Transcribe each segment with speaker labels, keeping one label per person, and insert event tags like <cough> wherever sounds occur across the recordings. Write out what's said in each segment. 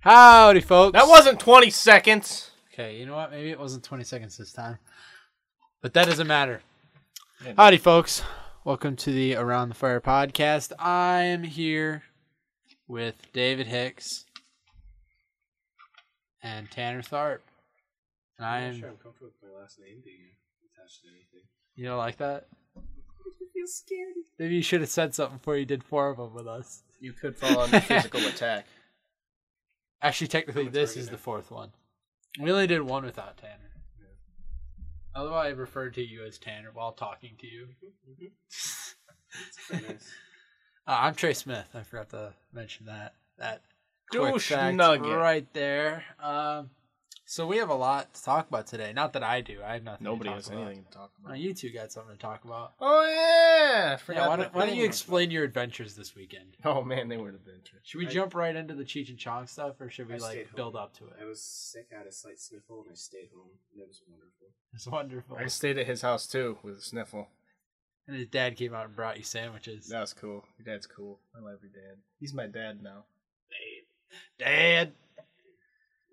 Speaker 1: Howdy, folks.
Speaker 2: That wasn't 20 seconds.
Speaker 1: Okay, you know what? Maybe it wasn't 20 seconds this time. But that doesn't matter.
Speaker 2: Yeah.
Speaker 1: Howdy, folks. Welcome to the Around the Fire podcast. I am here with David Hicks and Tanner Tharp. And I am.
Speaker 3: I'm comfortable with my last name being attached to anything.
Speaker 1: You don't like
Speaker 3: <laughs>
Speaker 1: that? Maybe you should have said something before you did four of them with us.
Speaker 2: You could fall under <laughs> physical attack.
Speaker 1: Actually, technically, this is the fourth one. We only did one without Tanner. Otherwise, I referred to you as Tanner while talking to you. <laughs> Uh, I'm Trey Smith. I forgot to mention that. That quick
Speaker 2: Douche
Speaker 1: fact
Speaker 2: nugget.
Speaker 1: right there. Um, so we have a lot to talk about today. Not that I do. I have nothing.
Speaker 2: Nobody
Speaker 1: to talk
Speaker 2: has
Speaker 1: about.
Speaker 2: anything to talk
Speaker 1: No,
Speaker 2: about.
Speaker 1: you two got something to talk about.
Speaker 2: Oh, yeah. I forgot
Speaker 1: Yeah, why
Speaker 2: the
Speaker 1: don't, why don't you
Speaker 2: thing.
Speaker 1: explain your adventures this weekend?
Speaker 2: Oh, man, they were an adventure.
Speaker 1: Should we
Speaker 3: I-
Speaker 1: jump right into the Cheech and Chong stuff, or should we
Speaker 3: I stayed
Speaker 1: like
Speaker 3: home.
Speaker 1: build up to
Speaker 3: I
Speaker 1: it?
Speaker 3: was sick, I had a slight sniffle, and I stayed home, and it was wonderful.
Speaker 1: It's wonderful.
Speaker 2: I stayed at his house, too, with a sniffle.
Speaker 1: And his dad came out and brought you sandwiches.
Speaker 2: That was cool. Your dad's cool. I love your dad. He's my dad now.
Speaker 1: Dad.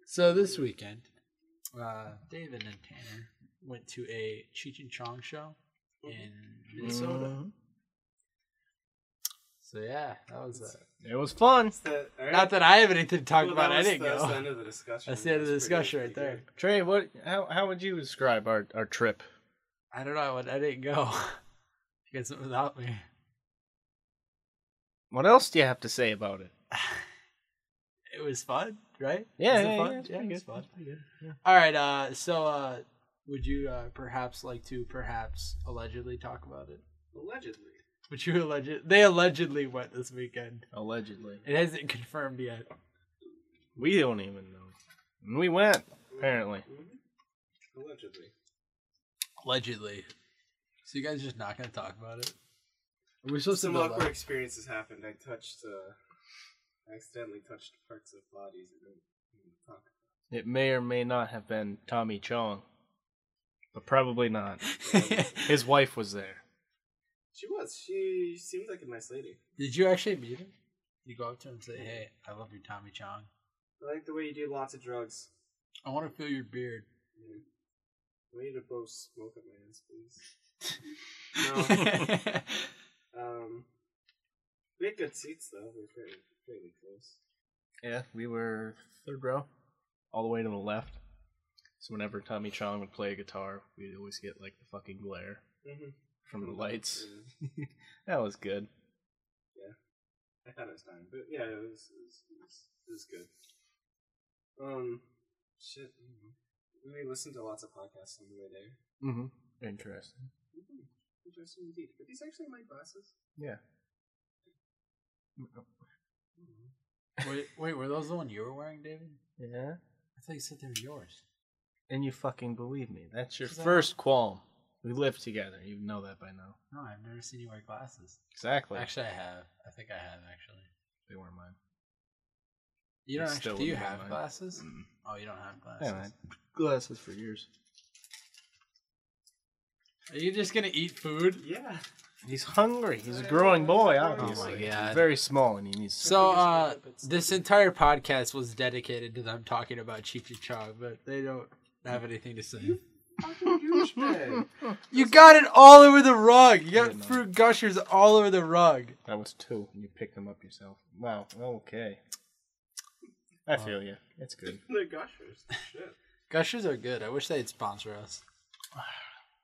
Speaker 1: So this weekend, uh, David and Tanner went to a Cheech and Chong show in Minnesota.
Speaker 2: Mhm.
Speaker 1: So yeah, that was uh,
Speaker 2: It was fun.
Speaker 3: the,
Speaker 1: not that I have anything to talk about. I
Speaker 3: was,
Speaker 1: didn't <laughs>
Speaker 3: That's the
Speaker 1: go.
Speaker 3: end of the discussion.
Speaker 1: That's the end of the
Speaker 3: It's pretty-
Speaker 1: discussion right
Speaker 3: pretty
Speaker 1: there.
Speaker 3: good.
Speaker 2: Trey, what? How, how would you describe our, our trip?
Speaker 1: I don't know. I, went- I didn't go. <laughs> you got something without me.
Speaker 2: What else do you have to say about it?
Speaker 1: It was fun, right?
Speaker 2: Yeah,
Speaker 1: was it
Speaker 2: yeah,
Speaker 1: fun?
Speaker 2: yeah, it's pretty
Speaker 1: it was
Speaker 2: good.
Speaker 1: fun.
Speaker 2: yeah.
Speaker 1: All right. Uh, so uh, would you uh, perhaps like to perhaps allegedly talk about it?
Speaker 3: Allegedly.
Speaker 1: Would you alleged? They allegedly went this weekend.
Speaker 2: Allegedly.
Speaker 1: It hasn't confirmed yet.
Speaker 2: We don't even know. And we went, apparently.
Speaker 3: Allegedly.
Speaker 1: Allegedly. So you guys just not gonna talk about it? Are we supposed
Speaker 3: Some
Speaker 1: to
Speaker 3: awkward experiences happened. I touched, uh, I accidentally touched parts of bodies and didn't even talk.
Speaker 2: It may or may not have been Tommy Chong, but probably <laughs> not. His wife was there.
Speaker 3: She was. She seemed like a nice lady.
Speaker 1: Did you actually meet him? You go up to him and say, "Hey, I love you, Tommy Chong.
Speaker 3: I like the way you do lots of drugs.
Speaker 1: I want to feel your beard."
Speaker 3: Yeah. I need to blow smoke up my ass,
Speaker 1: <laughs>
Speaker 3: please. Um, we had good seats though. We were pretty, pretty close.
Speaker 2: Yeah, we were third row, all the way to the left. So whenever Tommy Chong would play a guitar, we'd always get like the fucking glare
Speaker 3: Mm-hmm.
Speaker 2: from the lights. that was good.
Speaker 3: I thought it was time, but yeah, it was it was, it was, it was good. Um, shit. I don't know. We listened to lots of podcasts on the way there.
Speaker 2: Mm-hmm. Interesting.
Speaker 3: hmm Interesting indeed. But these actually my glasses.
Speaker 2: Yeah.
Speaker 3: Mhm.
Speaker 1: wait, wait, were those the one you were wearing, David?
Speaker 2: Yeah.
Speaker 1: I thought you said they were yours.
Speaker 2: And you fucking believe me. That's your
Speaker 1: Is that-
Speaker 2: first qualm. We live together. You know that by now.
Speaker 1: No, I've never seen you wear glasses.
Speaker 2: Exactly.
Speaker 1: Actually, I have. I think I have actually.
Speaker 2: they weren't mine.
Speaker 1: You don't
Speaker 2: It's still
Speaker 1: actually. Do you
Speaker 2: in my
Speaker 1: have
Speaker 2: mind.
Speaker 1: glasses?
Speaker 2: Mm.
Speaker 1: Oh, you don't have glasses.
Speaker 2: Yeah, man. Glasses for years.
Speaker 1: Are you just gonna eat food?
Speaker 3: Yeah.
Speaker 2: He's hungry. He's a growing boy, obviously.
Speaker 1: Oh my God.
Speaker 2: He's very small and he needs
Speaker 1: So uh,
Speaker 3: But still.
Speaker 1: this entire podcast was dedicated to them talking about Cheech and Chong, but they don't have anything to say.
Speaker 3: Fucking <laughs> douchebag.
Speaker 1: You got it all over the rug. You
Speaker 2: I
Speaker 1: got
Speaker 2: know.
Speaker 1: fruit gushers all over the rug.
Speaker 2: That was two, and you picked them up yourself. Wow. Okay. I feel you. It's good.
Speaker 3: They're gushers. Shit.
Speaker 1: Gushers are good. I wish they'd sponsor us. <sighs>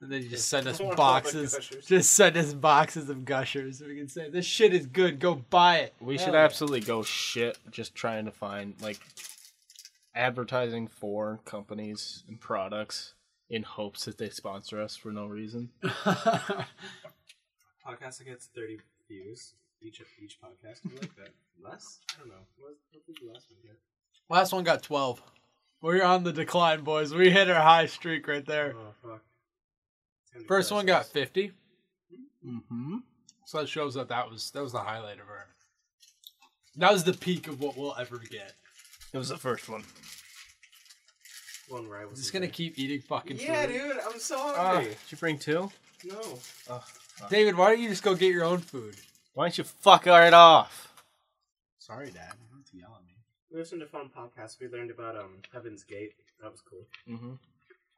Speaker 1: And then you just send us
Speaker 3: I want
Speaker 1: boxes.
Speaker 3: all my Gushers.
Speaker 1: Just send us boxes of gushers. We can say this shit is good. Go buy it.
Speaker 2: We
Speaker 1: Hell
Speaker 2: should
Speaker 1: yeah.
Speaker 2: absolutely go shit just trying to find like advertising for companies and products in hopes that they sponsor us for no reason.
Speaker 1: <laughs>
Speaker 3: Podcast that gets 30 views each each podcast. I like that. Less? I don't know. What, what did the last one get?
Speaker 1: Last one got twelve. We're on the decline, boys. We hit our high streak right there.
Speaker 3: Oh, fuck. Tender
Speaker 1: First one got
Speaker 3: crushes.
Speaker 1: fifty.
Speaker 2: Mm-hmm.
Speaker 1: So that shows that that was that was the highlight of our. That was the peak of what we'll ever get.
Speaker 2: It was the first one.
Speaker 3: one where I was
Speaker 1: just gonna keep eating fucking
Speaker 3: Yeah,
Speaker 1: food.
Speaker 3: dude, I'm so
Speaker 2: Uh,
Speaker 3: hungry.
Speaker 2: did you bring two?
Speaker 3: Ah, no,
Speaker 2: Ugh.
Speaker 1: David, why don't you just go get your own food?
Speaker 2: Why don't you fuck it off?
Speaker 1: Sorry, Dad. Don't have to yell at me.
Speaker 3: We listened to fun podcasts. We learned about um Heaven's Gate. That was cool.
Speaker 2: Mm-hmm.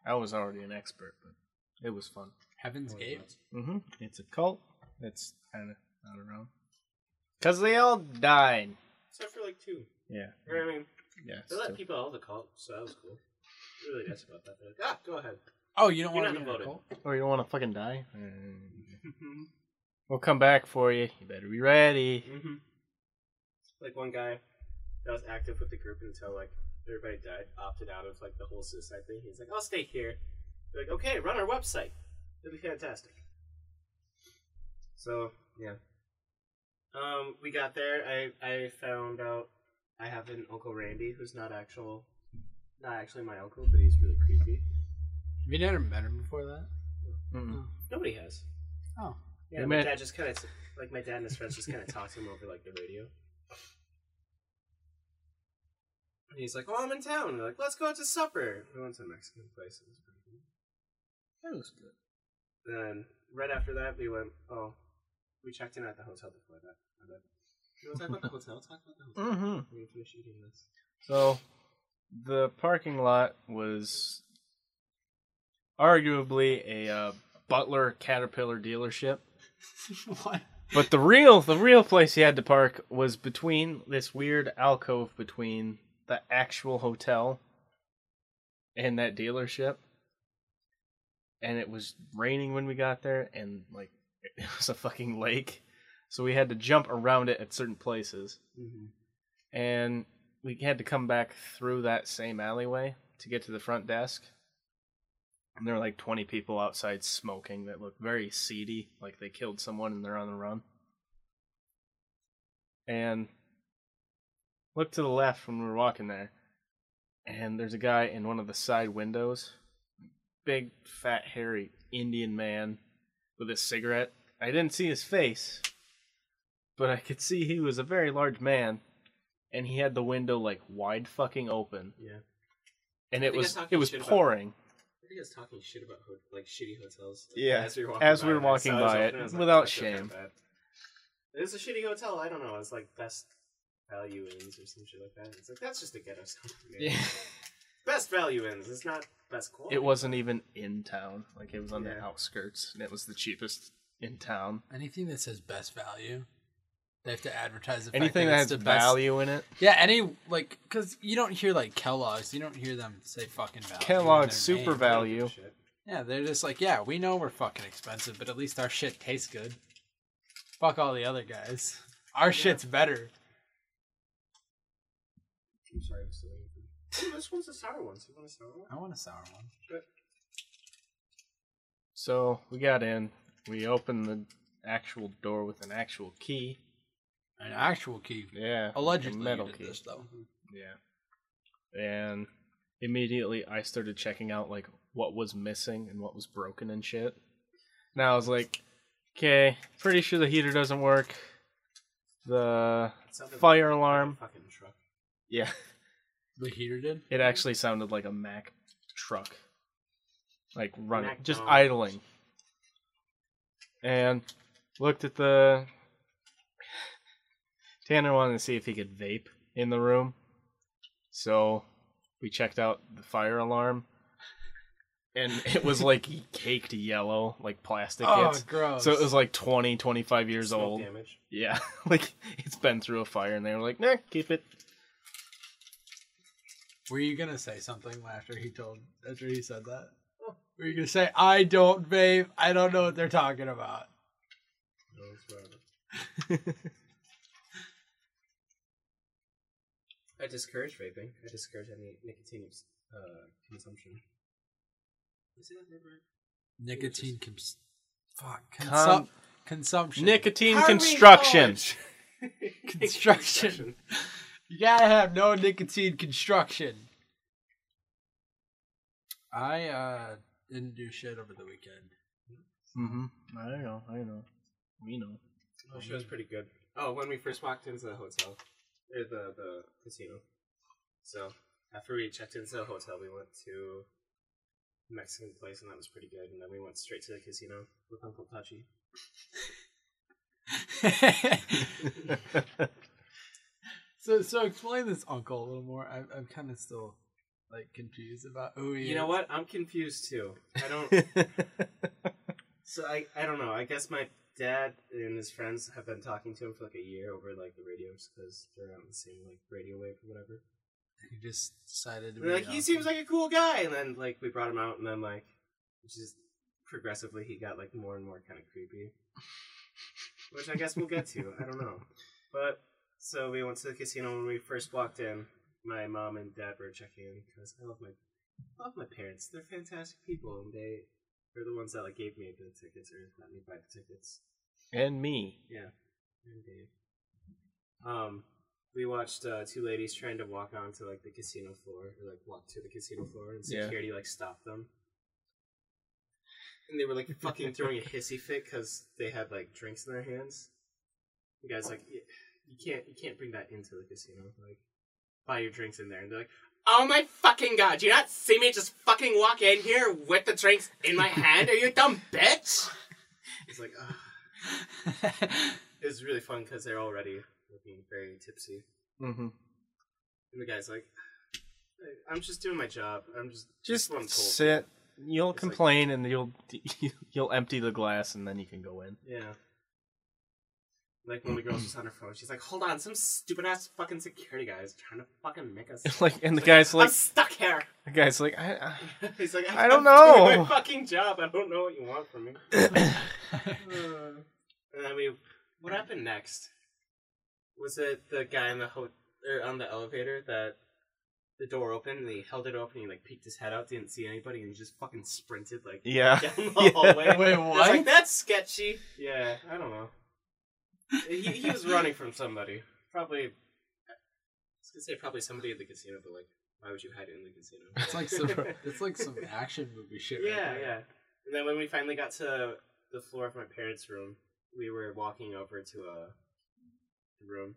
Speaker 2: I was already an expert, but it was fun.
Speaker 1: Heaven's
Speaker 3: Or
Speaker 1: Gate.
Speaker 3: not.
Speaker 2: Mm-hmm. It's a cult. It's kind of not around. Because they all died.
Speaker 3: Except for like two.
Speaker 2: Yeah.
Speaker 3: Or, I mean,
Speaker 2: Yeah.
Speaker 3: they let people out of the cult, so that was cool. Really nice about that. They're like, ah, go ahead.
Speaker 1: Oh, you don't
Speaker 3: You're
Speaker 1: want to
Speaker 3: not
Speaker 1: be in a
Speaker 3: invited.
Speaker 1: cult?
Speaker 2: Or Oh, you don't want to fucking die? Uh,
Speaker 3: <laughs>
Speaker 2: We'll come back for you. You better be ready.
Speaker 3: hmm Like one guy that was active with the group until like everybody died, opted out of like the whole suicide thing. He's like, I'll stay here. They're like, okay, run our website. It'll be fantastic. So yeah. Um, we got there. I I found out I have an uncle Randy who's not actual, not actually my uncle, but he's really creepy.
Speaker 1: Have you never met him before <laughs> that?
Speaker 2: Mm-mm.
Speaker 3: Nobody has.
Speaker 1: Oh.
Speaker 3: Yeah,
Speaker 2: Hey,
Speaker 3: my
Speaker 2: man.
Speaker 3: dad just kind of like my dad and his friends just kind of talked to him over like the radio. And he's like, "Oh, I'm in town." And they're like, "Let's go out to supper." We went to a Mexican place. It was pretty good.
Speaker 2: That was good.
Speaker 3: Then right after that, we went. Oh, we checked in at the hotel before that. And then- You want to talk about the hotel? Talk about the hotel.
Speaker 2: Mm-hmm.
Speaker 3: We're gonna finish eating this.
Speaker 2: So, the parking lot was arguably a uh, Butler Caterpillar dealership.
Speaker 1: what?
Speaker 2: But the real the real place he had to park was between this weird alcove between the actual hotel and that dealership. And it was raining when we got there and like <laughs> it was a fucking lake. So we had to jump around it at certain places.
Speaker 3: Mm-hmm.
Speaker 2: And we had to come back through that same alleyway to get to the front desk. And there were like 20 people outside smoking that looked very seedy, like they killed someone and they're on the run. And look to the left when we were walking there, and there's a guy in one of the side windows. Big, fat, hairy Indian man with a cigarette. I didn't see his face, but I could see he was a very large man, and he had the window like wide fucking open,
Speaker 3: Yeah.
Speaker 2: and
Speaker 3: I
Speaker 2: it
Speaker 3: think I
Speaker 2: was
Speaker 3: talked
Speaker 2: it
Speaker 3: to
Speaker 2: was
Speaker 3: Shit about-
Speaker 2: pouring.
Speaker 3: I think I was talking shit about ho- like shitty hotels.
Speaker 2: Yeah,
Speaker 3: As we were
Speaker 2: as we
Speaker 3: by
Speaker 2: were
Speaker 3: and I
Speaker 2: walking
Speaker 3: saw was
Speaker 2: by
Speaker 3: open,
Speaker 2: it,
Speaker 3: I was like,
Speaker 2: without
Speaker 3: "That's not
Speaker 2: shame."
Speaker 3: bad." It was a shitty hotel. I don't know. It's like best value inns or some shit like that. It's like that's just a ghetto song. dude. <laughs> Best value inns. It's not best quality.
Speaker 2: It wasn't even in town. Like it was on the
Speaker 3: Yeah.
Speaker 2: outskirts, and it was the cheapest in town.
Speaker 1: Anything that says best value, they have to advertise the fact
Speaker 2: Anything
Speaker 1: that,
Speaker 2: that
Speaker 1: it's
Speaker 2: has
Speaker 1: the best.
Speaker 2: value in it.
Speaker 1: Yeah, any like because you don't hear like Kellogg's, you don't hear them say fucking value. in
Speaker 2: Kellogg's
Speaker 1: their
Speaker 2: Super
Speaker 1: name.
Speaker 2: Val- value.
Speaker 3: Shit.
Speaker 1: Yeah, they're just like, yeah, we know we're fucking expensive, but at least our shit tastes good. Fuck all the other guys. Our shit's better.
Speaker 3: I'm sorry, I'm still angry. Ooh, this one's a sour one. So you want a sour one?
Speaker 1: I want a sour one.
Speaker 2: So we got in. We opened the actual door with an actual key.
Speaker 1: An actual key.
Speaker 2: Yeah, a
Speaker 1: Allegedly,
Speaker 2: metal
Speaker 1: you did
Speaker 2: key.
Speaker 1: this though.
Speaker 2: Yeah, and immediately I started checking out like what was missing and what was broken and shit. Now I was like, okay, pretty sure the heater doesn't work. The
Speaker 3: It sounded
Speaker 2: fire
Speaker 3: like a
Speaker 2: alarm.
Speaker 3: Fucking truck.
Speaker 2: <laughs> Yeah.
Speaker 1: The heater did.
Speaker 2: It actually sounded like a Mac truck, like running,
Speaker 3: Mac
Speaker 2: just
Speaker 3: dog.
Speaker 2: idling. And looked at the. Tanner wanted to see if he could vape in the room, so we checked out the fire alarm, and <laughs> it was like caked yellow, like plastic.
Speaker 1: Oh,
Speaker 2: it's-
Speaker 1: gross.
Speaker 2: so it was like 20, 25 years
Speaker 3: Smoke
Speaker 2: old.
Speaker 3: damage.
Speaker 2: Yeah, <laughs> like it's been through a fire, and they were like, "Nah, keep it."
Speaker 1: Were you gonna say something after he told after he said that? Were you gonna say I don't vape? I don't know what they're talking about.
Speaker 3: No, it's whatever. <laughs> I discourage vaping. I discourage any nicotine uh, consumption. Is that word <laughs> right?
Speaker 1: Nicotine cons- fuck consu-
Speaker 2: Con-
Speaker 1: consumption.
Speaker 2: Nicotine
Speaker 1: How are we
Speaker 2: construction.
Speaker 1: Construction. You gotta have no nicotine construction. I uh didn't do shit over the
Speaker 3: <laughs>
Speaker 1: weekend.
Speaker 2: Mm-hmm. I know. I know. We know.
Speaker 3: Oh, she was pretty good. Oh, when we first walked into the hotel, or the the casino. So after we checked into the hotel, we went to a Mexican place, and that was pretty good. And then we went straight to the casino with Uncle Touchy.
Speaker 1: it's So, so explain this uncle a little more. I'm, I'm kind of still like confused about who he is.
Speaker 3: You know what? I'm confused too. I don't. So I, I don't know. I guess my dad and his friends have been talking to him for like a year over like the radios because they're on the same like radio wave or whatever.
Speaker 1: He just decided to
Speaker 3: And they're
Speaker 1: be
Speaker 3: like
Speaker 1: an
Speaker 3: he
Speaker 1: uncle.
Speaker 3: seems like a cool guy, and then like we brought him out, and then like just progressively he got like more and more kind of
Speaker 1: <laughs>
Speaker 3: creepy, which I guess we'll get to. I don't know, but so we went to the casino when we first walked in. My mom and dad were checking in because I love my I love my parents. They're fantastic people, and they they're the ones that like gave me the tickets or let me buy the tickets.
Speaker 2: <laughs> and me.
Speaker 3: Yeah, and Dave. Um, we watched uh, two ladies trying to walk onto like the casino floor, or like walk to the casino floor, and
Speaker 2: Yeah.
Speaker 3: security like stopped them. And they were like fucking throwing a hissy fit because they had like drinks in their hands. You guys like, you, you can't you can't bring that into the casino. Like, buy your drinks in there, and they're like. Oh my fucking god, do you not see me just fucking walk in here with the drinks in my hand? Are you dumb bitch? It's like, ugh. It was really fun because they're already looking very tipsy.
Speaker 2: Mm-hmm.
Speaker 3: And the guy's like, "I- I'm just doing my job. I'm just
Speaker 2: Just
Speaker 3: what I'm told."
Speaker 2: sit. You'll
Speaker 3: It's like-
Speaker 2: complain, and you'll <laughs> you'll empty the glass, and then you can go in. <laughs>
Speaker 3: Yeah. Like when the girl's just on her phone, she's like, "Hold on, some stupid ass fucking security guy is trying to fucking make us."
Speaker 2: like, and <laughs> the guy's
Speaker 3: I'm <laughs>
Speaker 2: like,
Speaker 3: stuck here.
Speaker 2: the guy's like, I,
Speaker 3: <laughs> He's like,
Speaker 2: I don't
Speaker 3: I'm doing
Speaker 2: know."
Speaker 3: my fucking job. I don't know what you want from me."
Speaker 2: I
Speaker 3: Uh, and then we, what happened next? Was it the guy in the ho- or on the elevator that the door opened and he held it open and he like peeked his head out, didn't see anybody, and he just fucking sprinted like
Speaker 2: <laughs> yeah.
Speaker 3: down the
Speaker 2: Yeah.
Speaker 3: hallway.
Speaker 1: Wait,
Speaker 3: I was
Speaker 1: what?
Speaker 3: like, that's sketchy. Yeah, I don't know. he, he was running from somebody. Probably, I was gonna say probably somebody at the casino, but like, why would you hide it in the casino?
Speaker 1: <laughs> <laughs> It's like some it's like
Speaker 3: <laughs>
Speaker 1: some <laughs> action movie shit. right
Speaker 3: yeah,
Speaker 1: there.
Speaker 3: yeah. And then when we finally got to the floor of my parents' room, we were walking over to a room,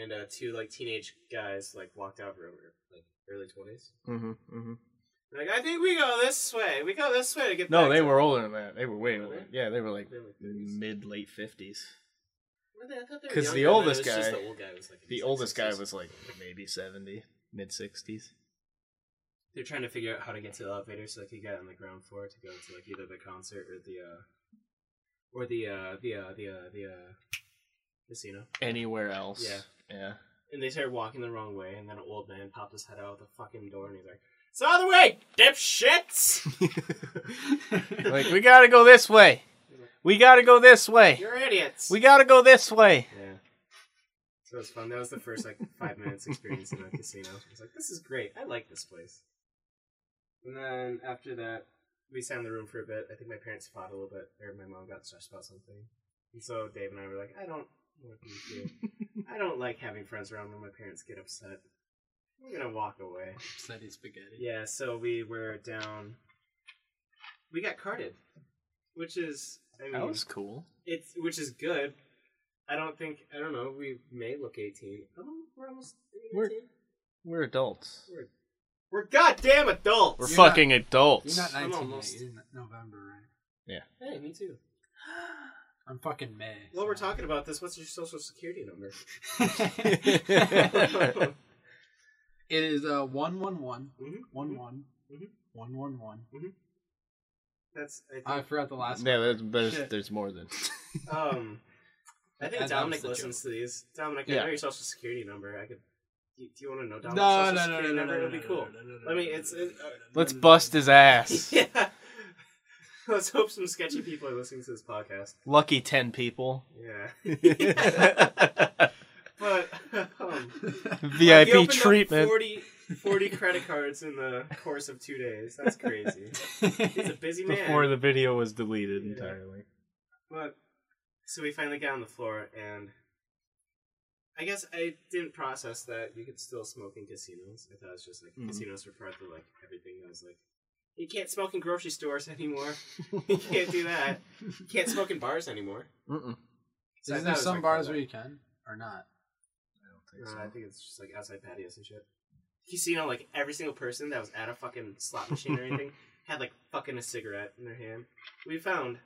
Speaker 3: and uh, two like teenage guys like walked out of the room, like early twenties.
Speaker 2: Mm-hmm, mm-hmm.
Speaker 3: Like I think we go this way. We go this way to get.
Speaker 2: <laughs> No,
Speaker 3: back
Speaker 2: they
Speaker 3: to-"
Speaker 2: were older than that. They were way
Speaker 3: Were
Speaker 2: older.
Speaker 3: they?
Speaker 2: Yeah, they were like
Speaker 3: They were like 30s.
Speaker 2: mid late fifties.
Speaker 3: Were they? I thought they were
Speaker 2: 'Cause the
Speaker 3: younger, but it
Speaker 2: oldest
Speaker 3: was just
Speaker 2: guy-
Speaker 3: the, old guy was, like, in
Speaker 2: The
Speaker 3: his, like,
Speaker 2: oldest guy
Speaker 3: 60s.
Speaker 2: was like maybe seventy, mid sixties.
Speaker 3: They're trying to figure out how to get to the elevator so they could get on the ground floor to go to like either the concert or the uh, or the uh, the uh, the uh, the uh, casino.
Speaker 2: Anywhere else?
Speaker 3: Yeah.
Speaker 2: yeah.
Speaker 3: And they started walking the wrong way, and then an old man popped his head out of the fucking door, and he's like, "It's the other way, dipshits!
Speaker 2: like we gotta go this way. We gotta go this way.
Speaker 3: You're idiots!"
Speaker 2: We gotta go this way.
Speaker 3: yeah. So it was fun. That was the first like five minutes experience in a casino. I was like, "This is great. I like this place." And then after that, we sat in the room for a bit. I think my parents fought a little bit, or my mom got stressed about something, and so Dave and I were like, "I don't want to
Speaker 2: <laughs>
Speaker 3: be here. I don't like having friends around when my parents get upset. We're gonna walk away."
Speaker 1: Upsetty spaghetti.
Speaker 3: Yeah, so we were down. We got carded, which is I mean,
Speaker 2: That was cool.
Speaker 3: it's which is good. I don't think I don't know. We may look eighteen. Oh, we're almost
Speaker 2: We're-
Speaker 3: eighteen.
Speaker 2: We're adults.
Speaker 3: We're, we're goddamn adults.
Speaker 2: We're
Speaker 1: You're not-
Speaker 2: fucking adults.
Speaker 1: You're not 19
Speaker 3: almost-
Speaker 1: yet. You're in November, right?
Speaker 3: hey, me too.
Speaker 1: I'm fucking May.
Speaker 3: Well, we're
Speaker 1: so-
Speaker 3: talking about this. What's your social security
Speaker 1: <laughs>
Speaker 3: number? <laughs>
Speaker 1: it is uh, 111.
Speaker 3: Mhm.
Speaker 1: 111.
Speaker 3: Mhm.
Speaker 1: 111.
Speaker 3: That's I
Speaker 1: I forgot the last
Speaker 2: yeah, there's
Speaker 1: Shit.
Speaker 2: there's, there's more than.
Speaker 3: think, um. I
Speaker 1: That-
Speaker 3: think
Speaker 1: that was
Speaker 3: Dominic
Speaker 1: the
Speaker 3: listens to these. Dominic, I
Speaker 2: Yeah.
Speaker 3: know your social security number. I could. Do, do you want to know
Speaker 1: one.
Speaker 3: Dominic's
Speaker 1: No,
Speaker 3: social
Speaker 1: no, no,
Speaker 3: security
Speaker 1: no, no,
Speaker 3: number?
Speaker 1: no,
Speaker 3: It'll
Speaker 1: no,
Speaker 3: be
Speaker 1: no,
Speaker 3: cool.
Speaker 1: no, no, no,
Speaker 3: I mean,
Speaker 1: no, no,
Speaker 3: it's-
Speaker 1: no, no,
Speaker 3: it-
Speaker 1: no, no,
Speaker 2: Let's
Speaker 1: no, no,
Speaker 2: bust
Speaker 1: no.
Speaker 2: his ass.
Speaker 3: <laughs> yeah. Let's hope some sketchy people are listening to this podcast.
Speaker 2: <laughs> Lucky ten people.
Speaker 3: Yeah. <laughs>
Speaker 2: VIP
Speaker 3: But <laughs> um,
Speaker 1: <laughs>
Speaker 3: <laughs>
Speaker 1: E
Speaker 3: he opened up
Speaker 2: treatment.
Speaker 3: 40, 40 credit cards in the course of two days. That's crazy. He's a busy man.
Speaker 2: before the video was deleted
Speaker 3: Yeah.
Speaker 2: entirely.
Speaker 3: But so we finally got on the floor, and I guess I didn't process that you could still smoke in casinos. I thought it was just like
Speaker 1: Mm-hmm.
Speaker 2: Mhm.
Speaker 3: casinos were part of like everything. I was like, you can't smoke in grocery stores <laughs> anymore. you can't do that. You can't smoke in bars anymore.
Speaker 2: Mm-mm.
Speaker 3: So
Speaker 1: Isn't
Speaker 3: I thought it
Speaker 1: there
Speaker 3: was,
Speaker 1: some
Speaker 3: like,
Speaker 1: bars
Speaker 3: that.
Speaker 1: where you can or not?
Speaker 2: I don't
Speaker 3: Uh, I think it's just like outside patios and shit. Casino, like every single person that was at a fucking slot machine or
Speaker 2: <laughs>
Speaker 3: anything had like fucking a cigarette in their hand. We found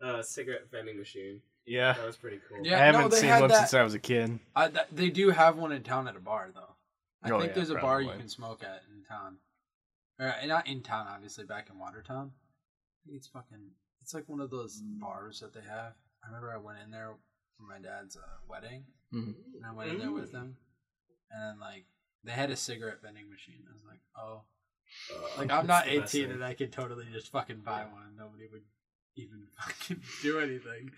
Speaker 3: a cigarette vending machine
Speaker 2: Yeah.
Speaker 3: That was pretty cool.
Speaker 1: Yeah,
Speaker 2: I haven't
Speaker 1: no, they
Speaker 2: seen
Speaker 1: had
Speaker 2: one
Speaker 1: that-
Speaker 2: since I was a kid.
Speaker 1: I, th- they do have one in town at a bar though. I
Speaker 2: Oh,
Speaker 1: think
Speaker 2: yeah,
Speaker 1: there's a bar you
Speaker 2: probably.
Speaker 1: can smoke at in town. Or, uh, not in town, obviously. Back in Watertown, I think it's fucking. It's like one of those
Speaker 3: Mm.
Speaker 1: bars that they have. I remember I went in there for my dad's uh, wedding,
Speaker 2: Mm-hmm.
Speaker 1: and I went in there with them, and then like they had a cigarette vending machine. I was like, oh,
Speaker 3: Uh,
Speaker 1: like I'm not 18 and I could totally just fucking buy one and nobody would even <laughs> fucking do anything.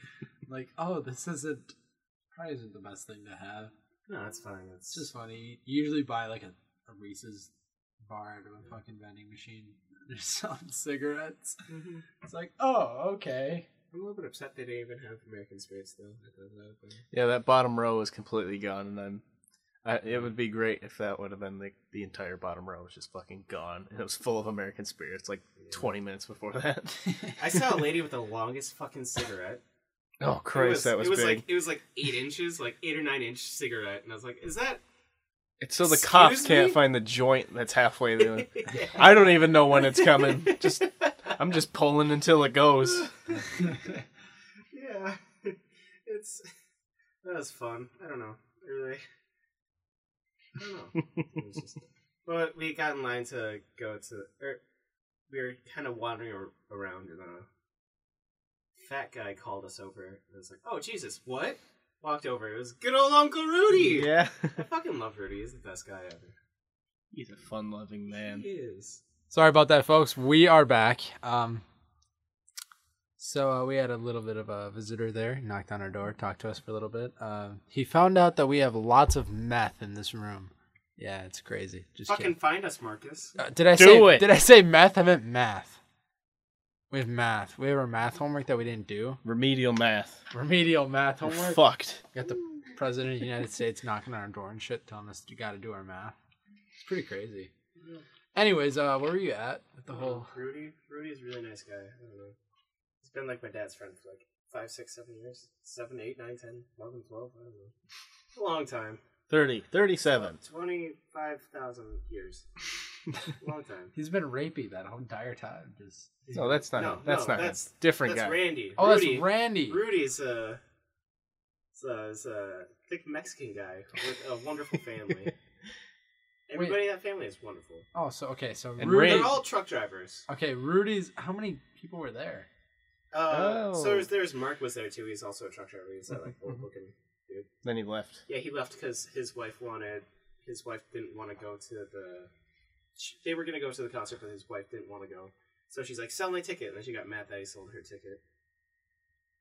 Speaker 1: like, oh, this isn't probably isn't the best thing to have.
Speaker 3: No, that's fine. It's
Speaker 1: It's just funny. You usually buy like a, a Reese's bar out of a fucking vending machine. <laughs> They're selling cigarettes.
Speaker 2: Mm-hmm.
Speaker 3: Mhm.
Speaker 1: It's like, oh, okay.
Speaker 3: I'm a little bit upset they didn't even have American Spirits though. I thought that would be-
Speaker 2: Yeah, that bottom row is completely gone, and I'm. I, it would be great if that would have been the the entire bottom row was just fucking gone, and it was full of American spirits like
Speaker 3: Yeah.
Speaker 2: 20 minutes before that.
Speaker 3: I saw a lady with the longest fucking cigarette.
Speaker 2: <laughs> oh
Speaker 3: It
Speaker 2: Christ, that was,
Speaker 3: it was
Speaker 2: big.
Speaker 3: like it was like eight inches, like eight or nine inch cigarette, and I was like, "Is that?"
Speaker 2: it's so the
Speaker 3: excuse
Speaker 2: cops can't
Speaker 3: me?
Speaker 2: find the joint that's <laughs> halfway there. <laughs>
Speaker 3: <laughs>
Speaker 2: I don't even know when it's <laughs> coming. Just I'm just pulling until it <laughs> goes.
Speaker 3: yeah, <laughs> it's that was fun. I don't know, I really. I
Speaker 2: <laughs>
Speaker 3: don't know. It was just, but we got in line to go to. Or we were kind of wandering ar- around, and a fat guy called us over. And was like, "Oh Jesus, what?" Walked over. It was good old Uncle Rudy.
Speaker 2: Yeah,
Speaker 3: I fucking love Rudy. He's the best guy ever.
Speaker 2: <laughs> he's a fun-loving man.
Speaker 3: He is.
Speaker 1: Sorry about that, folks. We are back. Um, so uh, we had a little bit of a visitor there, knocked on our door, talked to us for a little bit. Uh, he found out that we have lots of meth in this room. Yeah, it's crazy. Just
Speaker 3: Fucking
Speaker 1: kidding.
Speaker 3: find us, Marcus.
Speaker 1: Uh, did I
Speaker 2: Do
Speaker 1: say
Speaker 2: it.
Speaker 1: did I say meth? I meant math. We have math. We have our math homework that we didn't do.
Speaker 2: Remedial math.
Speaker 1: Remedial math
Speaker 2: We're
Speaker 1: homework.
Speaker 2: fucked.
Speaker 1: Got the president of the United States knocking on our door and shit, telling us you got to do our math. It's pretty crazy. Anyways, uh, where were you at with the whole?
Speaker 3: Rudy. Rudy's a really nice guy. I don't know. He's been like my dad's friend for like five, six, seven years. Seven, eight, nine, ten, eleven, twelve. I don't know. A long time.
Speaker 2: 30, 37.
Speaker 3: Twenty-five thousand
Speaker 1: <laughs>
Speaker 3: years. Long time.
Speaker 1: He's been rapey that whole entire time. Just
Speaker 2: No, that's not.
Speaker 3: No,
Speaker 2: him. That's
Speaker 3: no,
Speaker 2: not. him.
Speaker 3: that's-
Speaker 2: different
Speaker 3: that's
Speaker 2: guy.
Speaker 3: Randy.
Speaker 1: oh,
Speaker 3: Rudy.
Speaker 1: that's Randy.
Speaker 3: Rudy's a, is a, is a thick Mexican guy with a
Speaker 1: <laughs>
Speaker 3: wonderful family. Everybody in that family is wonderful.
Speaker 1: Oh, so okay, so
Speaker 2: And
Speaker 1: Rudy.
Speaker 2: Randy-
Speaker 3: They're all truck drivers.
Speaker 1: Okay, Rudy's. How many people were
Speaker 3: <laughs>
Speaker 1: there? <laughs>
Speaker 3: Uh,
Speaker 2: Oh.
Speaker 3: So there's, there's Mark was there too. He's also a truck driver. He's that
Speaker 1: <laughs>
Speaker 3: like old looking.
Speaker 2: Then he left.
Speaker 3: Yeah, he left because his wife wanted. His wife didn't want to go to the. sh they were gonna go to the concert, but his wife didn't want to go. So she's like, "Sell my ticket." And then she got mad that he sold her ticket.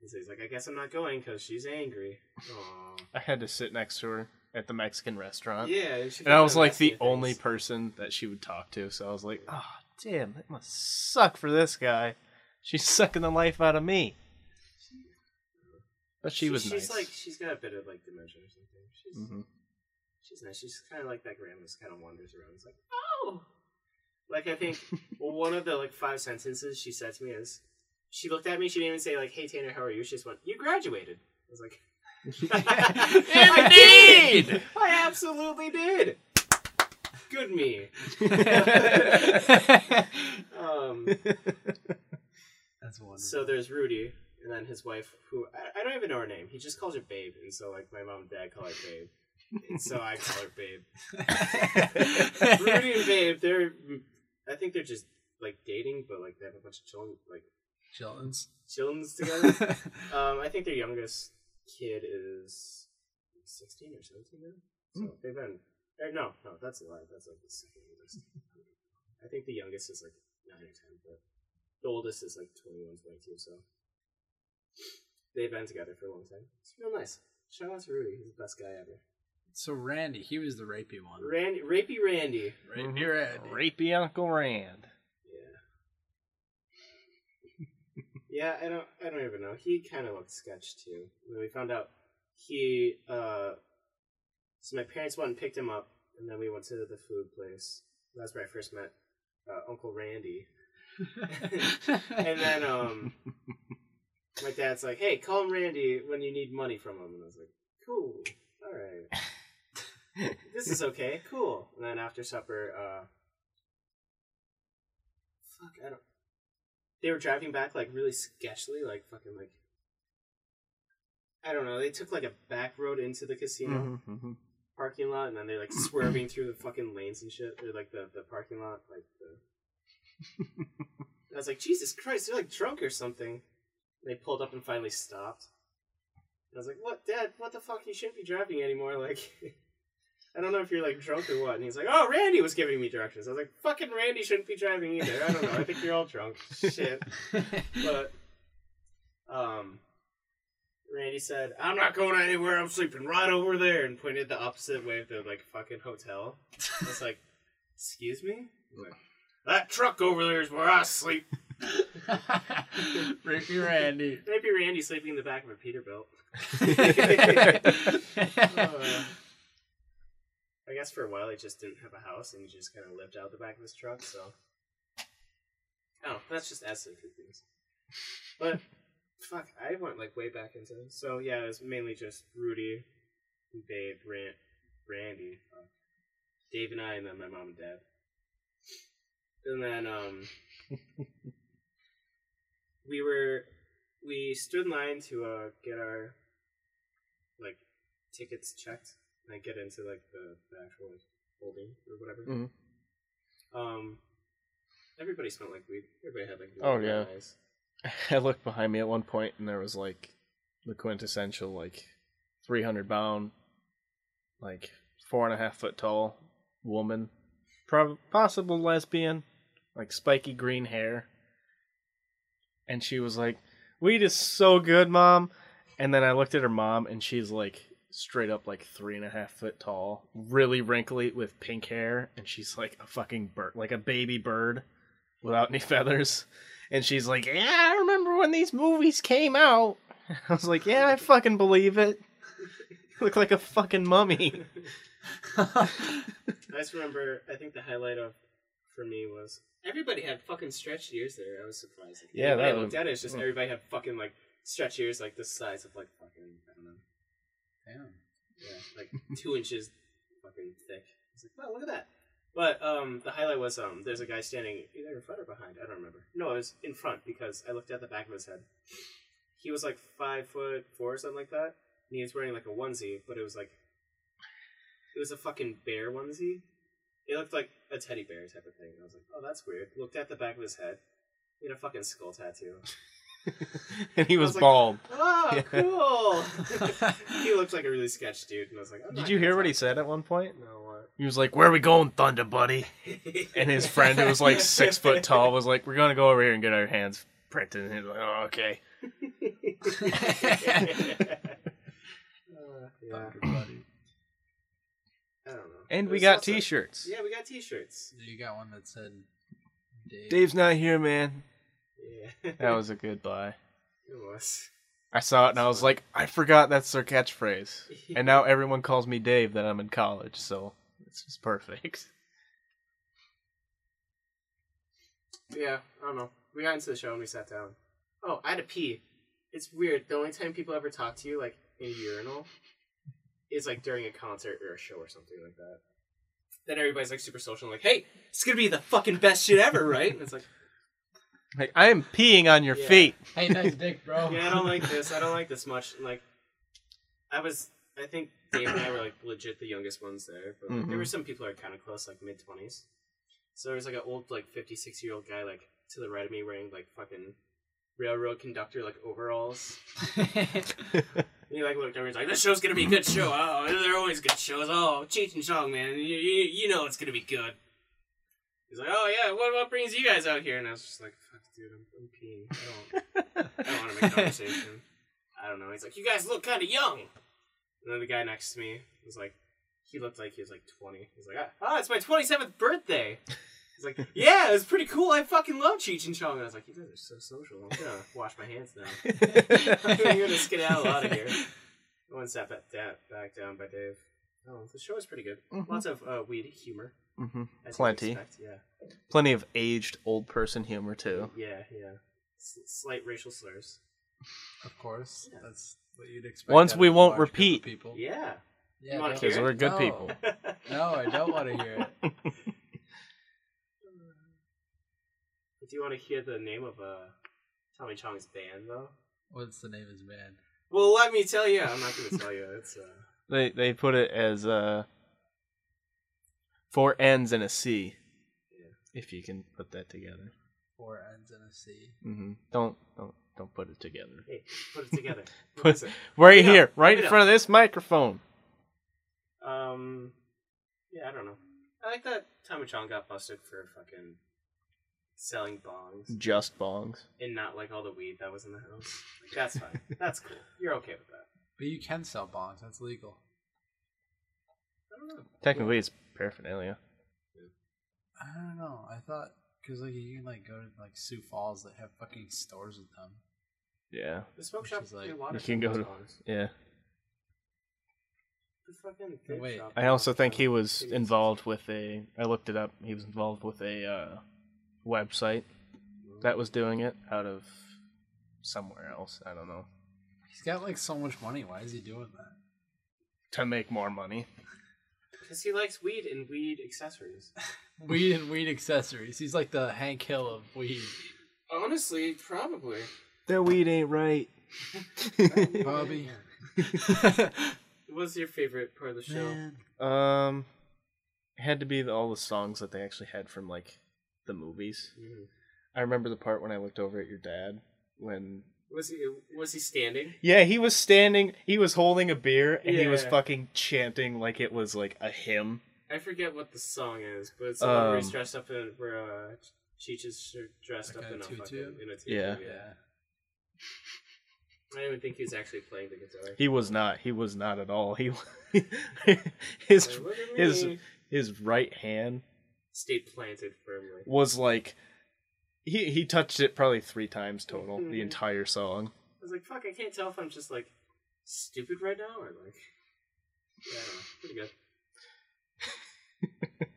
Speaker 3: And so he's like, "I guess I'm not going because she's angry." Aww.
Speaker 2: I had to sit next to her at the Mexican restaurant.
Speaker 3: Yeah, and, she
Speaker 2: Uh, And I
Speaker 3: kept
Speaker 2: was
Speaker 3: on
Speaker 2: like
Speaker 3: asking
Speaker 2: the
Speaker 3: me things.
Speaker 2: only person that she would talk to, so I was like, "Oh, damn, that must suck for this guy. She's sucking the life out of me." But she, was
Speaker 3: She's
Speaker 2: nice.
Speaker 3: like, she's got a bit of like dementia or something. She's
Speaker 2: Mhm.
Speaker 3: she's nice. She's kind of like that grandma just kind of wanders around. It's like, oh, like I think well, one of the like five sentences she said to me is, she looked at me. She didn't even say like, "Hey Tanner, how are you?" She just went, "You graduated." I was like, I did!
Speaker 2: <laughs> Indeed!
Speaker 3: I absolutely did. Good me. Um,
Speaker 1: That's wonderful. <laughs>
Speaker 3: so there's Rudy, and then his wife, who I, I don't even know her name. He just calls her Babe, and so like my mom and dad call her Babe, and so I call her Babe.
Speaker 1: <laughs>
Speaker 3: Rudy and Babe, they're I think they're just like dating, but like they have a bunch of children, like
Speaker 1: Chilton's.
Speaker 3: childrens
Speaker 1: <laughs>
Speaker 3: together. um, I think their youngest kid is sixteen or seventeen now. So they've been or no, no, that's a lie. That's like the second youngest. I think the youngest is like nine or ten, but the oldest is like 21, 22, So they've been together for a long time. It's real nice. Shout out to Rudy. He's the best guy ever.
Speaker 1: so Randy, he was the rapey one.
Speaker 3: Randy, rapey Randy.
Speaker 1: Right near Randy.
Speaker 2: Rapey Uncle Rand.
Speaker 3: Yeah. <laughs> yeah, I don't I don't even know. He kinda looked sketched too. When we found out he uh so my parents went and picked him up and then we went to the food place. That's where I first met uh, Uncle Randy.
Speaker 2: Mm-hmm.
Speaker 1: <laughs>
Speaker 3: And then um my dad's like, Hey, call him Randy when you need money from him and I was like, Cool, alright. this is okay, cool. And then after supper, uh fuck, I don't. They were driving back like really sketchily, like fucking like I don't know. They took like a back road into the casino
Speaker 2: Mhm.
Speaker 3: parking lot, and then they're like swerving through the fucking lanes and shit. They're like the, the parking lot, like the. I was like, Jesus Christ, they're like drunk or something. And they pulled up and finally stopped. And I was like, What, Dad? What the fuck? You shouldn't be driving anymore. Like, <laughs> I don't know if you're like drunk or what. And he's like, Oh, Randy was giving me directions. I was like, Fucking Randy shouldn't be driving either. I don't know. I think you're all drunk. Shit but um, Randy said, "I'm not going anywhere. I'm sleeping right over there," and pointed the opposite way of the like fucking hotel. It's like, excuse me. He's like, that truck over there is where I sleep.
Speaker 1: Ricky
Speaker 3: <laughs>
Speaker 1: Randy. <laughs>
Speaker 3: Maybe Randy sleeping in the back of a Peterbilt. Uh, I guess for a while he just didn't have a house and he just kind of lived out the back of his truck. So, oh, that's just acid things. But fuck, I went like way back into so yeah, it was mainly just Rudy, Dave, Ran- Randy, uh, Dave and I, and then my mom and dad. And then um, we were we stood in line to uh, get our like tickets checked and get into like the, the actual like, holding or whatever.
Speaker 2: Mhm.
Speaker 3: Um, everybody smelled like weed. Everybody had like
Speaker 2: Oh,
Speaker 3: weed in their
Speaker 2: yeah.
Speaker 3: eyes.
Speaker 2: <laughs> I looked behind me at one point, and there was like the quintessential like 300 pound, like four and a half foot tall woman, prob- possible lesbian, like spiky green hair, and she was like, "Weed is so good, mom." And then I looked at her mom, and she's like straight up like three and a half foot tall, really wrinkly with pink hair, and she's like a fucking bird, like a baby bird without any <laughs> feathers. And she's like, Yeah, I remember when these movies came out. <laughs> I was like, Yeah, I fucking believe it. <laughs> You look like a fucking mummy. <laughs>
Speaker 3: I just remember. I think the highlight of for me was everybody had fucking stretched ears there. I was surprised. Like,
Speaker 2: Yeah,
Speaker 3: when I
Speaker 2: that
Speaker 3: looked
Speaker 2: was-
Speaker 3: at it. It's just
Speaker 2: mm.
Speaker 3: everybody had fucking like stretched ears like the size of like fucking I don't know, <laughs>
Speaker 1: Damn.
Speaker 3: yeah, like two inches fucking thick. It's like, wow, look at that. But um, the highlight was um, there's a guy standing either in front or behind. I don't remember. No, it was in front because I looked at the back of his head. He was like five foot four or something like that, and he was wearing like a onesie, but it was like it was a fucking bear onesie. It looked like a teddy bear type of thing. I was like, oh, that's weird. Looked at the back of his head. He had a fucking skull tattoo.
Speaker 2: and he
Speaker 3: I
Speaker 2: was,
Speaker 3: was like-
Speaker 2: bald.
Speaker 3: Oh,
Speaker 2: Yeah.
Speaker 3: <laughs> cool. he looked like a really sketch dude, and I was like, "Oh, I'm
Speaker 2: Did
Speaker 3: not
Speaker 2: you
Speaker 3: gonna
Speaker 2: hear what
Speaker 3: talk
Speaker 2: he
Speaker 3: to
Speaker 2: said at one point?
Speaker 3: him. No, what? <laughs>
Speaker 2: He was like, Where are we going, Thunder Buddy? And his friend, who was
Speaker 3: <laughs>
Speaker 2: like six foot tall, was like, We're gonna go over here and get our hands printed. And he was like, Oh, okay.
Speaker 3: Uh, yeah,
Speaker 1: Thunder Buddy.
Speaker 3: I don't know.
Speaker 2: And
Speaker 3: It
Speaker 2: we
Speaker 3: was
Speaker 2: got
Speaker 3: also-
Speaker 2: t shirts.
Speaker 3: Yeah, we got T-shirts.
Speaker 1: You got one that said Dave.
Speaker 2: Dave's not here, man.
Speaker 3: Yeah,
Speaker 2: That was a good buy.
Speaker 3: <laughs> it was.
Speaker 2: I saw it and I was like, I forgot that's their catchphrase. And now everyone calls me Dave that I'm in college, so it's just perfect.
Speaker 3: <laughs>
Speaker 2: <laughs>
Speaker 3: Yeah, I don't know. We got into the show and we sat down. Oh, I had to pee. It's weird. The only time people ever talk to you, like in a urinal, is like during a concert or a show or something like that. Then everybody's like super social, and like, "Hey, it's gonna be the fucking best shit ever, right?" And it's like,
Speaker 2: Like I am peeing on your
Speaker 3: Yeah.
Speaker 2: feet. <laughs>
Speaker 1: Hey, nice dick, bro.
Speaker 3: "Yeah, I don't like this. I don't like this much." And like, I was, I think Dave and I were like legit the youngest ones there, but like, there
Speaker 2: Mhm.
Speaker 3: were some people that are kind of close, like mid twenties. So there was like an old, like fifty six year old guy, like to the right of me, wearing like fucking railroad conductor like overalls.
Speaker 1: <laughs>
Speaker 3: And he like looked over. He's like, "This show's gonna be a good show. Oh, they're always good shows. Oh, Cheech and Chong, man, you, you, you know it's gonna be good." He's like, "Oh yeah, what what brings you guys out here?" And I was just like, "Fuck, dude, I'm, I'm peeing. I don't, I don't want to make conversation. I don't know." He's like, "You guys look kind of young." And then the guy next to me was like, he looked like he was like 20. He's like, "Ah, oh, it's my 27th birthday." He's like, "Yeah, it was pretty cool. I fucking love Cheech and Chong." And I was like, "You guys are so social. I'm gonna wash my hands now." I'm <laughs> gonna skedaddle out of here. I went sat back, da- back down by Dave. Oh, the show is pretty good.
Speaker 2: Mhm.
Speaker 3: Lots of uh, weed humor.
Speaker 2: Mhm.
Speaker 3: as you'd
Speaker 2: Plenty.
Speaker 3: expect, Yeah.
Speaker 2: Plenty of aged old person humor too.
Speaker 3: Yeah, yeah. S- slight racial slurs.
Speaker 1: Of course. That's what you'd expect.
Speaker 2: Once
Speaker 1: out
Speaker 2: we
Speaker 1: of a
Speaker 2: won't
Speaker 1: large group of
Speaker 2: repeat.
Speaker 1: People.
Speaker 3: Yeah.
Speaker 1: Yeah,
Speaker 3: You wanna
Speaker 1: don't-
Speaker 2: Because
Speaker 3: hear
Speaker 2: we're good
Speaker 1: No.
Speaker 2: people.
Speaker 1: No, I don't want to hear it.
Speaker 3: Do you want to hear the name of uh, Tommy Chong's band, though?
Speaker 1: What's the name of his band?
Speaker 3: Well, let me tell you. I'm not going to tell you. It's uh,
Speaker 2: They they put it as uh four N's and a C. If you can put that together.
Speaker 1: Four ends and a C.
Speaker 2: Mm-hmm. Don't don't don't put it together.
Speaker 3: hey, put
Speaker 2: <laughs>
Speaker 3: it together.
Speaker 2: Put-
Speaker 3: What is it?
Speaker 2: Right
Speaker 3: Yeah,
Speaker 2: here, right in
Speaker 3: yeah.
Speaker 2: front of this microphone.
Speaker 3: Um, yeah, I don't know. I like that Tommy Chong got busted for fucking selling bongs
Speaker 2: Just bongs.
Speaker 3: and not like all the weed that was in the house. Like, that's fine. that's cool. You're okay with that.
Speaker 1: But you can sell bongs. That's legal.
Speaker 3: I don't know.
Speaker 2: Technically, it's paraphernalia.
Speaker 1: I don't know. I thought because like you can like go to like Sioux Falls that have fucking stores with them.
Speaker 2: Yeah.
Speaker 3: The smoke
Speaker 1: Which
Speaker 3: shop
Speaker 1: is like-
Speaker 3: they water
Speaker 2: You can go
Speaker 3: sells
Speaker 2: to-
Speaker 3: bongs.
Speaker 2: Yeah.
Speaker 3: the fucking vape
Speaker 1: Wait.
Speaker 3: shop.
Speaker 2: I also think he was involved with a. I looked it up. He was involved with a uh, website that was doing it out of somewhere else. I don't know
Speaker 1: He's got like so much money. Why is he doing that?
Speaker 2: to make more money.
Speaker 3: because he likes weed and weed accessories. <laughs>
Speaker 1: Weed and weed accessories. He's like the Hank Hill of weed.
Speaker 3: Honestly, probably.
Speaker 2: That weed ain't right. <laughs>
Speaker 1: <laughs> Bobby.
Speaker 3: What's your favorite part of the show?
Speaker 1: Man.
Speaker 2: um, it had to be the, all the songs that they actually had from like the movies.
Speaker 3: Mhm.
Speaker 2: I remember the part when I looked over at your dad when.
Speaker 3: Was he was he standing?
Speaker 2: Yeah, he was standing. He was holding a beer, and he was
Speaker 3: Yeah.
Speaker 2: fucking chanting like it was like a hymn.
Speaker 3: I forget what the song is, but it's the one where he's
Speaker 2: Um,
Speaker 3: dressed up in where uh, Cheech is sh- dressed
Speaker 1: Like
Speaker 3: up
Speaker 1: a
Speaker 3: in a
Speaker 1: tutu?
Speaker 3: fucking in a tutu.
Speaker 2: Yeah.
Speaker 1: Yeah.
Speaker 3: I didn't even think he was actually playing the guitar.
Speaker 2: He was not. He was not at all. He <laughs> his
Speaker 3: Like, look at
Speaker 2: his
Speaker 3: me.
Speaker 2: his right hand
Speaker 3: stayed planted firmly.
Speaker 2: was like he he touched it probably three times total the
Speaker 3: Mhm.
Speaker 2: entire song.
Speaker 3: I was like, fuck, I can't tell if I'm just like stupid right now or like. Yeah, I don't know. pretty good.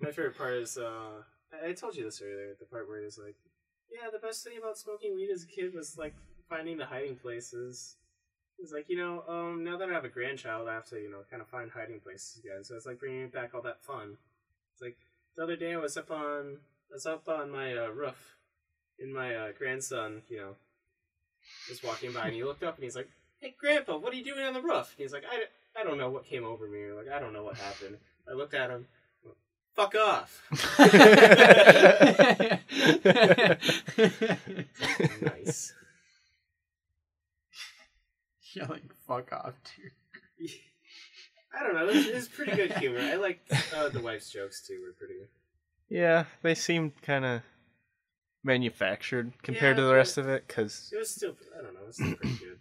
Speaker 3: My favorite part is uh, I-, I told you this earlier. The part where he's like, yeah, the best thing about smoking weed as a kid was like finding the hiding places. It's like you know, um, now that I have a grandchild, I have to you know kind of find hiding places again. So it's like bringing back all that fun. It's like the other day I was up on I was up on my uh, roof, and my uh, grandson, you know, was walking by, and he looked up and he's like, "Hey, Grandpa, what are you doing on the roof?" And he's like, "I, I don't know what came over me. Or like I don't know what happened." I looked at him. went, Fuck off. nice.
Speaker 1: <laughs> You're like fuck off, <laughs> dude.
Speaker 3: I don't know. It's, it's pretty good humor. I like uh, the wife's jokes too. Were pretty.
Speaker 2: Yeah, they seemed kind of manufactured compared to
Speaker 3: Yeah,
Speaker 2: the
Speaker 3: but-
Speaker 2: rest of it cuz
Speaker 3: It was still. I don't know. It's still pretty good.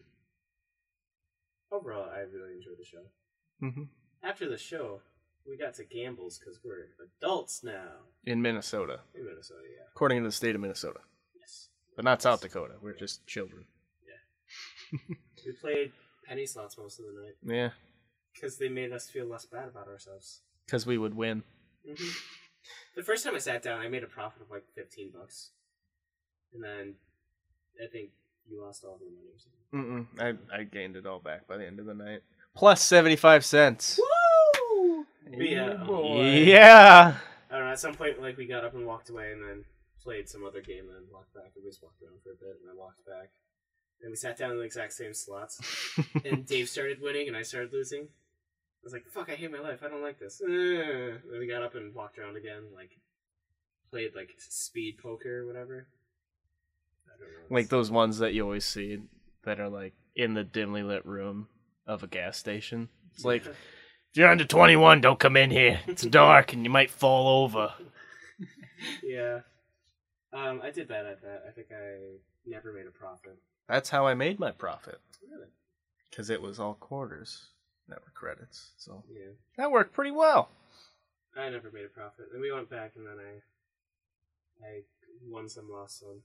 Speaker 3: Overall, I really enjoyed the show.
Speaker 2: mm-hmm,
Speaker 3: After the show, we got to Gambles because we're adults now
Speaker 2: in Minnesota,
Speaker 3: in Minnesota. Yeah.
Speaker 2: according to the state of Minnesota,
Speaker 3: Yes.
Speaker 2: but not South Dakota. We're just children.
Speaker 3: We played penny slots most of the night
Speaker 2: Yeah,
Speaker 3: because they made us feel less bad about ourselves.
Speaker 2: cuz we would win.
Speaker 3: hmm The first time I sat down, I made a profit of like fifteen bucks, and then I think you lost all the money. Or something.
Speaker 2: Mm-mm. I I gained it all back by the end of the night. Plus 75 cents.
Speaker 1: Woo!
Speaker 3: Yeah.
Speaker 2: Yeah. <laughs>
Speaker 3: I don't know. At some point, like we got up and walked away, and then played some other game, and then walked back. And we just walked around for a bit, and I walked back, and we sat down in the exact same slots. and Dave started winning, and I started losing. I was like, "Fuck! I hate my life. I don't like this." Ugh. And then we got up and walked around again, like played like speed poker or whatever. I don't know.
Speaker 2: like those ones that you always see that are like in the dimly lit room of a gas station. It's like if you're under 21, don't come in here. It's dark and you might fall over.
Speaker 3: yeah. Um, I did bad at that. I think I never made a profit.
Speaker 2: That's how I made my profit
Speaker 3: Really?
Speaker 2: cuz it was all quarters, that were credits. So
Speaker 3: Yeah.
Speaker 2: that worked pretty well.
Speaker 3: I never made a profit. Then we went back, and then I, I won some, lost some.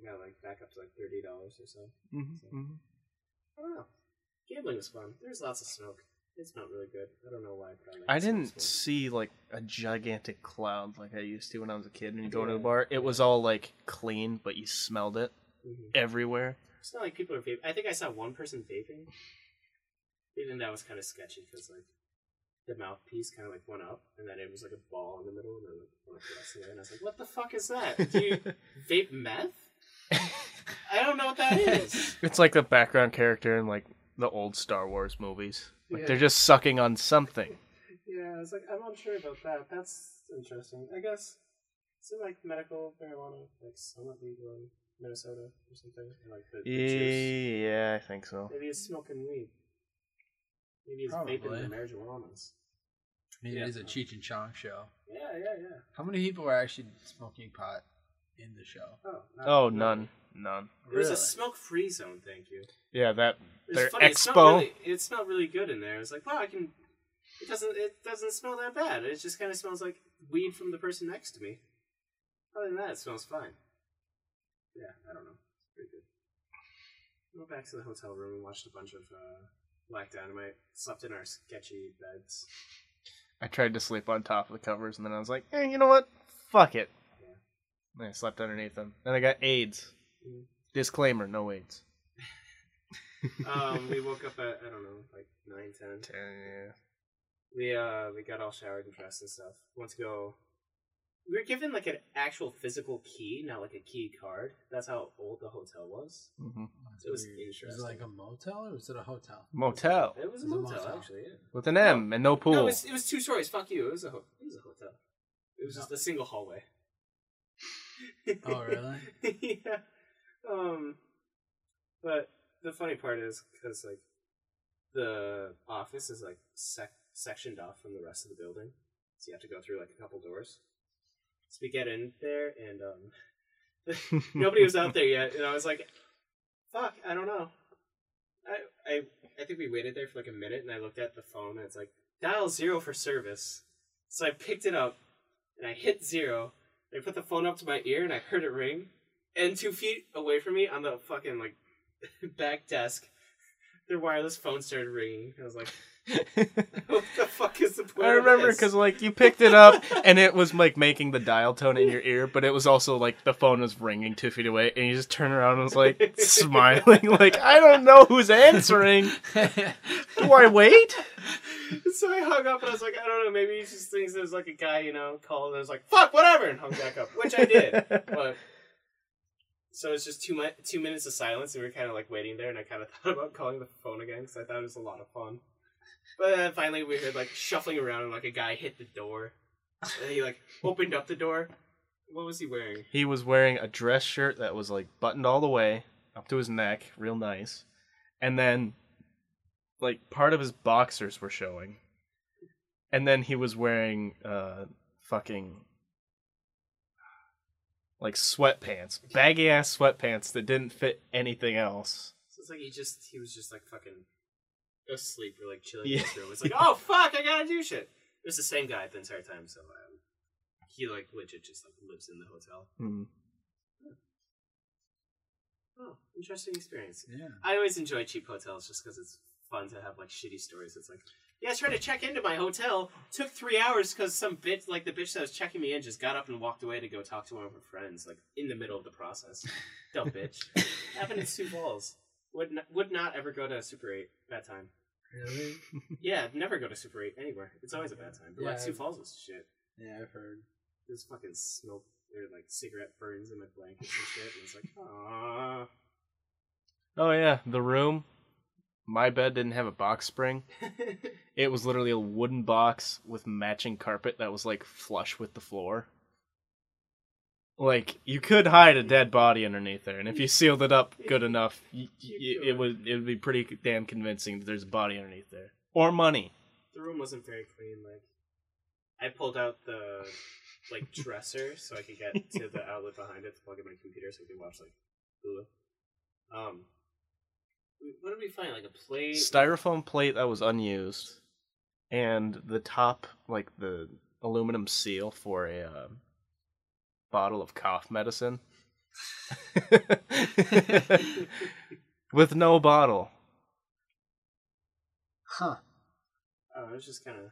Speaker 3: I got like back up to like thirty dollars or so. I don't know. Gambling was fun. There's lots of smoke. It smelled really good. I don't know why. but like
Speaker 2: I
Speaker 3: the smell of
Speaker 2: didn't
Speaker 3: smoke.
Speaker 2: see like a gigantic cloud like I used to when I was a kid when you go to the
Speaker 3: Yeah.
Speaker 2: bar. It was all like clean, but you smelled it
Speaker 3: Mhm.
Speaker 2: everywhere.
Speaker 3: It's not like people are vaping. I think I saw one person vaping. Even that was kind of sketchy because like the mouthpiece kind of like went up, and then it was like a ball in the middle, and then like, went up the rest of it. And I was like, "What the fuck is that? Do you vape meth? I don't know what that is."
Speaker 1: <laughs>
Speaker 2: It's like the background character in like the old Star Wars movies. Like
Speaker 3: Yeah.
Speaker 2: they're just sucking on something.
Speaker 3: Yeah, I was like, I'm unsure about that. That's interesting. I guess is it like medical marijuana, like somewhat legal in Minnesota or something? And, like the, the juice.
Speaker 2: Yeah, I think so.
Speaker 3: Maybe it's smoking weed. Maybe it's
Speaker 1: Probably.
Speaker 3: vaping the marijuanas.
Speaker 1: It is
Speaker 3: Yeah.
Speaker 1: a Cheech and Chong show.
Speaker 3: Yeah, yeah, yeah.
Speaker 1: How many people are actually smoking pot in the show?
Speaker 3: Oh, not-
Speaker 2: Oh, none, none.
Speaker 3: It was a
Speaker 1: Really?
Speaker 3: smoke-free zone. Thank you.
Speaker 2: Yeah, that
Speaker 3: It's
Speaker 2: their
Speaker 3: funny. It's not,
Speaker 2: expo.
Speaker 3: really, it smelled really good in there. It's like, wow, I can. It doesn't. It doesn't smell that bad. It just kind of smells like weed from the person next to me. Other than that, it smells fine. Yeah, I don't know. It's pretty good. We went back to the hotel room and watched a bunch of uh, Black Dynamite. Slept in our sketchy beds.
Speaker 2: I tried to sleep on top of the covers, and then I was like, eh, you know what? Fuck it. And I slept underneath them. Then I got AIDS.
Speaker 3: Mm.
Speaker 2: Disclaimer: No AIDS.
Speaker 3: Um, we woke up at I don't know, like nine, ten.
Speaker 2: Yeah.
Speaker 3: We uh we got all showered and dressed and stuff. Went to go. We were given like an actual physical key, not like a key card. That's how old the hotel was.
Speaker 2: hmm
Speaker 1: That's
Speaker 3: It was
Speaker 1: weird. Was
Speaker 3: interesting.
Speaker 1: it like a motel or was it a hotel? <laughs>
Speaker 2: Motel
Speaker 3: It was a
Speaker 1: It was a
Speaker 3: motel,
Speaker 1: motel.
Speaker 3: actually. Yeah.
Speaker 2: with an M and no pool.
Speaker 3: No,
Speaker 2: <laughs>
Speaker 3: it was, it was two stories. Fuck you. It was a ho- it was a hotel. It was
Speaker 1: No.
Speaker 3: just a single hallway.
Speaker 1: Oh, <laughs> really?
Speaker 3: <laughs> yeah. Um, but the funny part is because like the office is like sec- sectioned off from the rest of the building, so you have to go through like a couple doors. So we get in there, and um, <laughs> nobody was out there yet, and I was like, "Fuck, I don't know." I I I think we waited there for like a minute, and I looked at the phone, and it's like dial zero for service. So I picked it up, and I hit zero. I put the phone up to my ear, and I heard it ring. And two feet away from me, on the fucking like <laughs> back desk, their wireless phone started ringing. I was like, <laughs> "What the fuck is the point?"
Speaker 2: I
Speaker 3: of
Speaker 2: remember
Speaker 3: this?
Speaker 2: because like you picked it up and it was like making the dial tone in your ear, but it was also like the phone was ringing two feet away, and you just turned around and was
Speaker 3: <laughs>
Speaker 2: like smiling, <laughs> like I don't know who's answering. Do I wait?
Speaker 3: <laughs> so I hung up and I was like, I don't know, maybe he just thinks there's like a guy, you know, called and I was like, fuck, whatever, and hung back up, which I did.
Speaker 2: <laughs>
Speaker 3: But so it's just two mi- two minutes of silence, and we were kind of like waiting there, and I kind of <laughs> thought about calling the phone again because I thought it was a lot of fun. But then finally, we heard like shuffling around, and like a guy hit the door, and he like opened up the door. What was he wearing?
Speaker 2: He was wearing a dress shirt that was like buttoned all the way up to his neck, real nice. And then like part of his boxers were showing. And then he was wearing uh fucking like sweatpants, baggy ass sweatpants that didn't fit anything else.
Speaker 3: So it's like he just he was just like fucking asleep or like chilling
Speaker 2: Yeah.
Speaker 3: in his room. It's like, oh fuck, I gotta do shit. It was the same guy the entire time, so um, he like legit just like lives in the hotel.
Speaker 2: Mm.
Speaker 3: Oh, interesting experience.
Speaker 1: yeah.
Speaker 3: I always enjoy cheap hotels just because it's fun to have like shitty stories. It's like, yeah, I tried to check into my hotel, took three hours because some bitch, like the bitch that was checking me in, just got up and walked away to go talk to one of her friends, like in the middle of the process. Dumb bitch. Happened in Sioux Falls. Would not, would not ever go to Super Eight that time.
Speaker 1: Really?
Speaker 3: Yeah, I'd never go to Super 8 anywhere. It's always a bad time. But like
Speaker 1: Yeah.
Speaker 3: Sioux Falls is shit.
Speaker 1: Yeah, I've heard.
Speaker 3: There's fucking smoke or like cigarette burns in my blankets and shit. And it's like, ah. <laughs>
Speaker 2: Oh yeah, the room. My bed didn't have a box spring. It was literally a wooden box with matching carpet that was like flush with the floor. Like you could hide a dead body underneath there, and if you sealed it up good enough, y- y- it would it would be pretty damn convincing that there's a body underneath there or money.
Speaker 3: the room wasn't very clean. Like, I pulled out the like dresser so I could get to the outlet behind it to plug in my computer so I could watch like Hulu. Um, what did we find? Like a plate.
Speaker 2: Styrofoam plate that was unused, and the top like the aluminum seal for a uh, bottle of cough medicine <laughs> with no bottle.
Speaker 1: Huh.
Speaker 3: Oh, it was just kind of.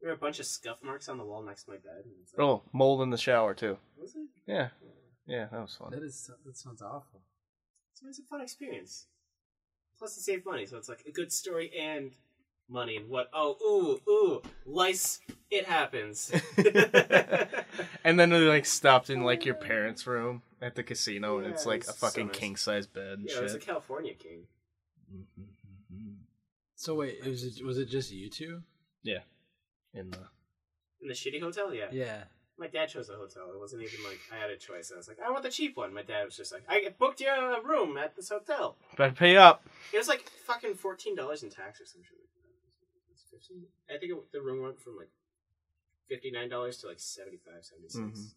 Speaker 3: There were a bunch of scuff marks on the wall next to my bed. And it's like,
Speaker 2: Oh, mold in the shower too.
Speaker 3: Was it?
Speaker 2: Yeah, yeah, that was fun. <laughs>
Speaker 1: That is that sounds awful.
Speaker 3: So it's a fun experience. Plus, it saved money, so it's like a good story and money. And what? Oh, ooh, ooh, lice. It happens. <laughs>
Speaker 2: and then we like stopped in like your parents' room at the casino, and it's
Speaker 3: Yeah,
Speaker 2: like
Speaker 3: it's
Speaker 2: a
Speaker 3: so
Speaker 2: fucking
Speaker 3: nice.
Speaker 2: king size bed. And
Speaker 3: Yeah, it was a
Speaker 2: shit.
Speaker 3: California king.
Speaker 2: Mhm.
Speaker 1: So wait, it was it was it just you two?
Speaker 2: In the
Speaker 3: In the shitty hotel? Yeah.
Speaker 1: Yeah.
Speaker 3: My dad chose the hotel. It wasn't even like I had a choice. I was like, I want the cheap one. My dad was just like, I booked you a room at this hotel.
Speaker 2: better pay up.
Speaker 3: It was like fucking fourteen dollars in tax or some shit. like that. It's 15. I think it, the room went from like fifty nine dollars to like 75 76
Speaker 2: Mhm.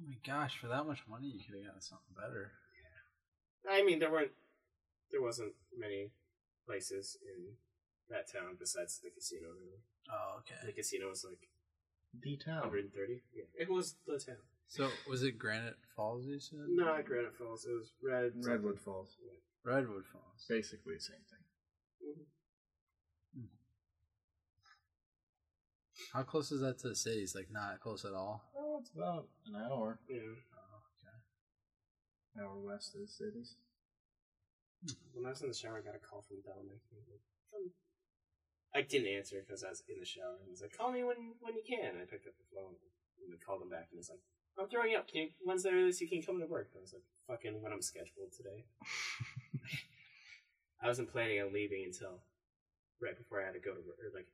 Speaker 1: Oh my gosh, for that much money, you could have gotten something better.
Speaker 3: I mean, there weren't there wasn't many places in that town besides the casino. Really.
Speaker 1: Oh,
Speaker 3: The
Speaker 1: okay.
Speaker 3: casino was like
Speaker 2: The town.
Speaker 3: 130. Yeah, it was the town.
Speaker 1: So was it Granite Falls? You said
Speaker 3: Not Granite Falls. It was Red.
Speaker 2: Falls.
Speaker 1: Redwood Falls.
Speaker 2: Basically the same thing.
Speaker 3: Mhm.
Speaker 1: How close is that to the cities? Like not close at all. Uh,
Speaker 2: Oh, it's about an hour.
Speaker 3: Mm-hmm. Yeah.
Speaker 2: Hour west of the cities.
Speaker 3: When I was in the shower, I got a call from Dominic. He was like, "Come." I didn't answer because I was in the shower. He was like, "Call me when when you can." I picked up the phone and I called him back, and he's like, "I'm throwing up. Can you, when's the earliest you can come to work?" I was like, "Fucking when I'm scheduled today." I wasn't planning on leaving until right before I had to go to work. Or like,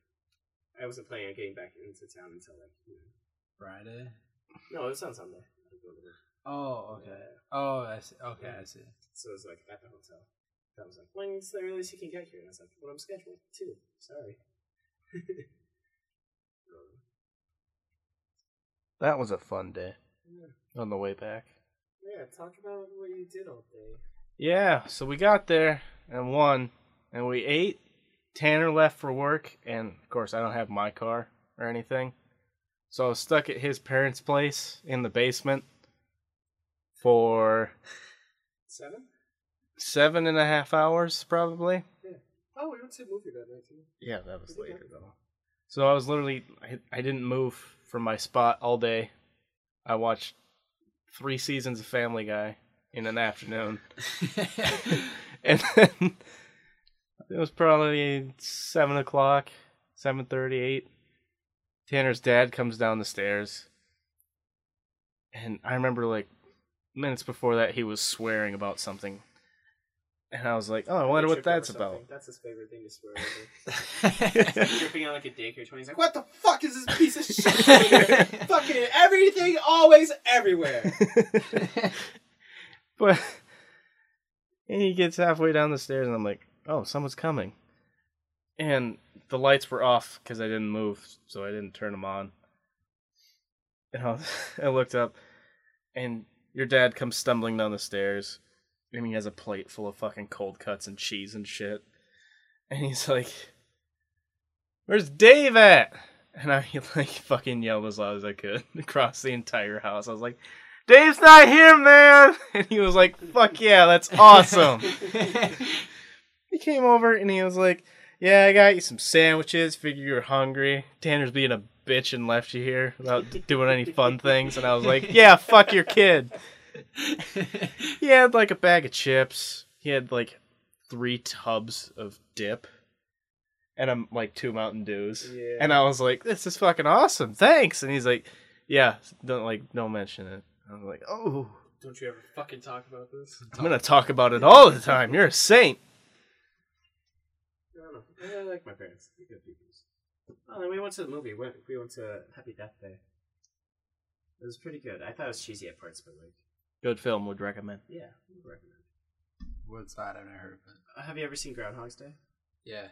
Speaker 3: I wasn't planning on getting back into town until like, you know.
Speaker 1: Friday.
Speaker 3: no, it was on Sunday. I had to go to work.
Speaker 1: Oh, okay.
Speaker 3: Yeah.
Speaker 1: Oh, I see. Okay, I see.
Speaker 3: So it was like at the hotel. I was like, when's the earliest you can get here? And I was like, well, I'm scheduled too. Sorry. <laughs> Um,
Speaker 2: That was a fun day
Speaker 3: yeah.
Speaker 2: on the way back.
Speaker 3: yeah, talk about what you did all day.
Speaker 2: Yeah, so we got there and won, and we ate. Tanner left for work, and of course, I don't have my car or anything. So I was stuck at his parents' place in the basement for
Speaker 3: Seven?
Speaker 2: seven and a half hours, probably.
Speaker 3: Oh, we went to a movie that night too.
Speaker 2: Yeah, that was
Speaker 3: Did you
Speaker 2: later
Speaker 3: go?
Speaker 2: though. So I was literally I, I didn't move from my spot all day. I watched three seasons of Family Guy in an afternoon,
Speaker 1: <laughs>
Speaker 2: <laughs> and then it was probably seven o'clock, seven thirty-eight. Tanner's dad comes down the stairs, and I remember like minutes before that he was swearing about something, and I was like, "Oh, I wonder
Speaker 3: He
Speaker 2: what
Speaker 3: tripped over
Speaker 2: that's
Speaker 3: something. <laughs>
Speaker 2: about."
Speaker 3: That's his favorite thing to swear
Speaker 2: <laughs>
Speaker 3: over. Tripping on like a daycare toy. He's like, what the fuck is this piece of
Speaker 2: <laughs>
Speaker 3: shit? Fucking everything, always, everywhere.
Speaker 2: <laughs> but and he gets halfway down the stairs, and I'm like, "Oh, someone's coming," and the lights were off because I didn't move, so I didn't turn them on. And I, was- <laughs> I looked up, and your dad comes stumbling down the stairs, and he has a plate full of fucking cold cuts and cheese and shit, and he's like, "Where's Dave at?" And I <laughs> like fucking yelled as loud as I could <laughs> across the entire house. I was like, Dave's not here, man. <laughs> And he was like, fuck yeah, that's awesome. <laughs> he came over and he was like, yeah, I got you some sandwiches. Figure you were hungry. Tanner's being a bitch and left you here without doing any fun things. And I was like, yeah, fuck your kid. He had like a bag of chips. He had like three tubs of dip. And I'm like two Mountain Dews.
Speaker 3: Yeah.
Speaker 2: And I was like, this is fucking awesome. Thanks. And he's like, yeah, don't like, don't mention it. I was like, oh.
Speaker 3: Don't you ever fucking talk about this?
Speaker 2: I'm gonna talk about it all the time. You're a saint.
Speaker 3: I don't know. I like my parents. They're good people. Oh, and we went to the movie. We went, we went to Happy Death Day. It was pretty good. I thought it was cheesy at parts, but like,
Speaker 2: Good film, would recommend.
Speaker 3: yeah, I would recommend.
Speaker 1: Woodside, I've never heard of it.
Speaker 3: Uh, have you ever seen Groundhog's Day?
Speaker 1: Yeah.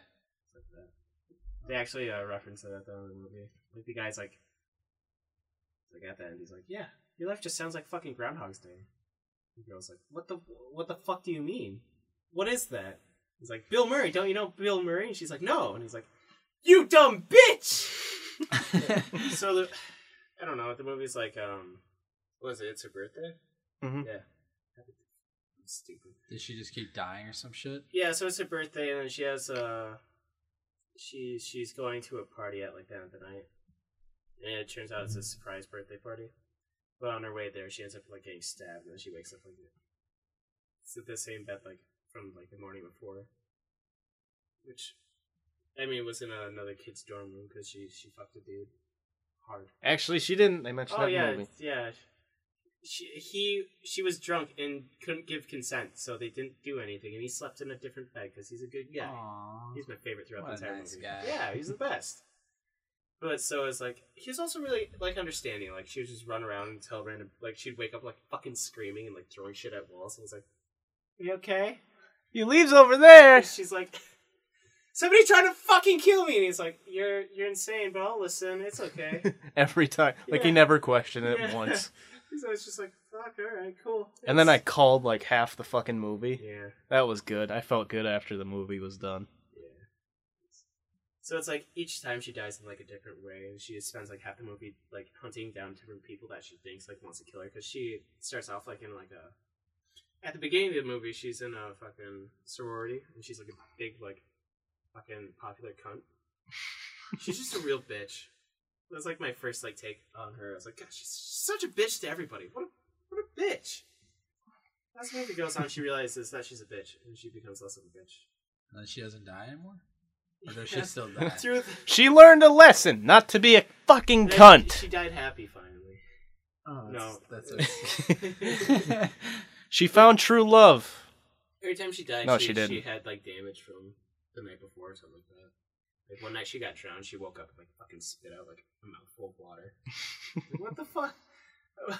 Speaker 3: It's like that. They actually uh, reference it at the end of the movie. Like the guy's like, like at the end, he's like, "Yeah, your life just sounds like fucking Groundhog's Day." The girl's like, "What the what the fuck do you mean? What is that?" He's like, "Bill Murray, don't you know Bill Murray?" And she's like, "No," and he's like, "You dumb bitch." so the, I don't know. The movie's like, um, what is it? It's her birthday.
Speaker 2: Mhm.
Speaker 3: Yeah. I'm stupid.
Speaker 1: Did she just keep dying or some shit?
Speaker 3: Yeah, so it's her birthday, and then she has uh, she she's going to a party at like the end of the night, and it turns out it's a surprise birthday party. But on her way there, she ends up like getting stabbed, and then she wakes up like it's the same bed like from like the morning before, which I mean was in another kid's dorm room because she she fucked a dude hard.
Speaker 2: Actually, she didn't. They mentioned
Speaker 3: Oh
Speaker 2: that
Speaker 3: yeah,
Speaker 2: in the movie.
Speaker 3: yeah. she he she was drunk and couldn't give consent, so they didn't do anything, and he slept in a different bed because he's a good guy.
Speaker 1: Aw.
Speaker 3: He's my favorite throughout
Speaker 1: What a
Speaker 3: the entire
Speaker 1: nice
Speaker 3: movie.
Speaker 1: guy.
Speaker 3: Yeah, he's the best. But so it's like he was also really like understanding. Like she would just run around and tell random like she'd wake up like fucking screaming and like throwing shit at walls. And he's like, "You okay?"
Speaker 2: Your leaves over there. <laughs>
Speaker 3: And she's like, "Somebody tried to fucking kill me." And he's like, "You're you're insane, but I'll listen.
Speaker 1: <laughs>
Speaker 3: It's okay."
Speaker 2: Every time, like he
Speaker 3: Yeah.
Speaker 2: never questioned it
Speaker 3: <laughs> Yeah.
Speaker 2: once.
Speaker 3: he's always just like, "Fuck, all right, cool."
Speaker 2: And then I
Speaker 3: Thanks."
Speaker 2: called like half the fucking movie.
Speaker 3: yeah.
Speaker 2: That was good. I felt good after the movie was done.
Speaker 3: So it's like each time she dies in like a different way, and she spends like half the movie like hunting down different people that she thinks like wants to kill her. Because she starts off like in like a at the beginning of the movie, she's in a fucking sorority, and she's like a big like fucking popular cunt. She's just a real bitch. That was like my first like take on her. I was like, God, she's such a bitch to everybody. What a, what a bitch. As the movie goes on, she realizes that she's a bitch, and she becomes less of a bitch.
Speaker 1: And then she doesn't die anymore? Or does she
Speaker 3: <laughs>
Speaker 1: still die?
Speaker 3: Through the,
Speaker 2: She learned a lesson not to be a fucking
Speaker 3: Yeah,
Speaker 2: cunt.
Speaker 3: She died happy finally.
Speaker 1: Oh,
Speaker 3: No.
Speaker 1: that's, that's <laughs>
Speaker 2: she found true love. <laughs>
Speaker 3: Every time she died,
Speaker 2: No,
Speaker 3: she,
Speaker 2: she didn't.
Speaker 3: She had like damage from the night before or something like that. Like one night she got drowned. She woke up and like fucking spit out like a mouthful of water. Like, what the fuck? <laughs>